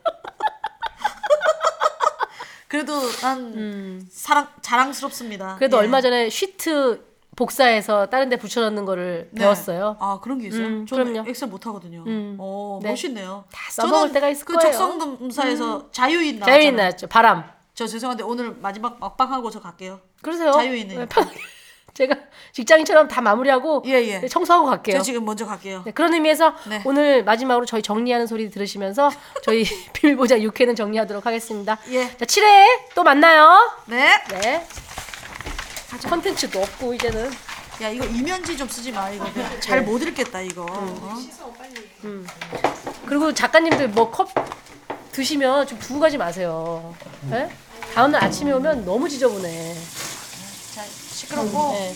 그래도 난 사랑 자랑스럽습니다. 음. 그래도 예. 얼마 전에 쉬트 복사해서 다른 데 붙여넣는 거를 네. 배웠어요. 아 그런 게 있어요? 음, 저는 그럼요. 엑셀 못 하거든요. 음. 어 네. 멋있네요. 다 써먹을 때가 있을 그 거예요. 적성검사에서 음. 자유인 나왔잖아요. 자유인 나왔죠. 바람. 저 죄송한데 오늘 마지막 막방하고 저 갈게요. 그러세요. 자유인은 네, 편하게. 제가 직장인처럼 다 마무리하고 네, 청소하고 갈게요. 예, 저 지금 먼저 갈게요. 네, 그런 의미에서 오늘 마지막으로 저희 정리하는 소리 들으시면서 저희 비밀보장 6회는 정리하도록 하겠습니다. 예. 자, 7회 또 만나요. 네. 네. 컨텐츠도 없고 이제는 야 이거 이면지 좀 쓰지 마 이거 네. 잘 못 읽겠다 이거. 어? 음. 그리고 작가님들 뭐 컵 드시면 좀 두고 가지 마세요. 예? 다음날 아침에 오면 너무 지저분해. 자 시끄럽고 네.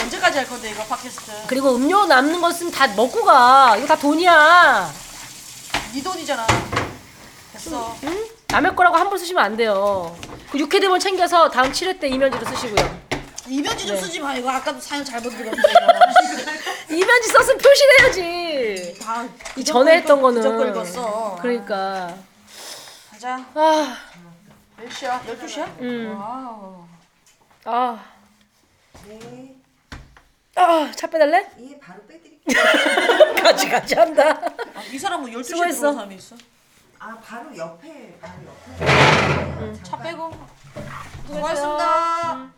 언제까지 할 건데 이거 팟캐스트. 그리고 음료 남는 것은 다 먹고 가. 이거 다 돈이야. 네 돈이잖아. 됐어. 남의 거라고 함부로 쓰시면 안 돼요. 그 6회 대본 챙겨서 다음 7회 때 이면지로 쓰시고요. 네. 이면지 좀 쓰지 마 이거 아까도 사연 잘못 읽었는데. 이면지 썼으면 표시해야지. 이 전에 했던 거는. 적걸 읽었어. 네. 그러니까. 가자. 아. 몇 시야? 12시야? 음. 와우. 아. 아, 차 빼달래? 예, 바로 빼드릴게요. 같이 같이 한다. 아, 이 사람은 12시에 들어온 수고했어. 사람이 있어? 아, 바로 옆에, 바로 옆에. 차 빼고. 수고하셨습니다.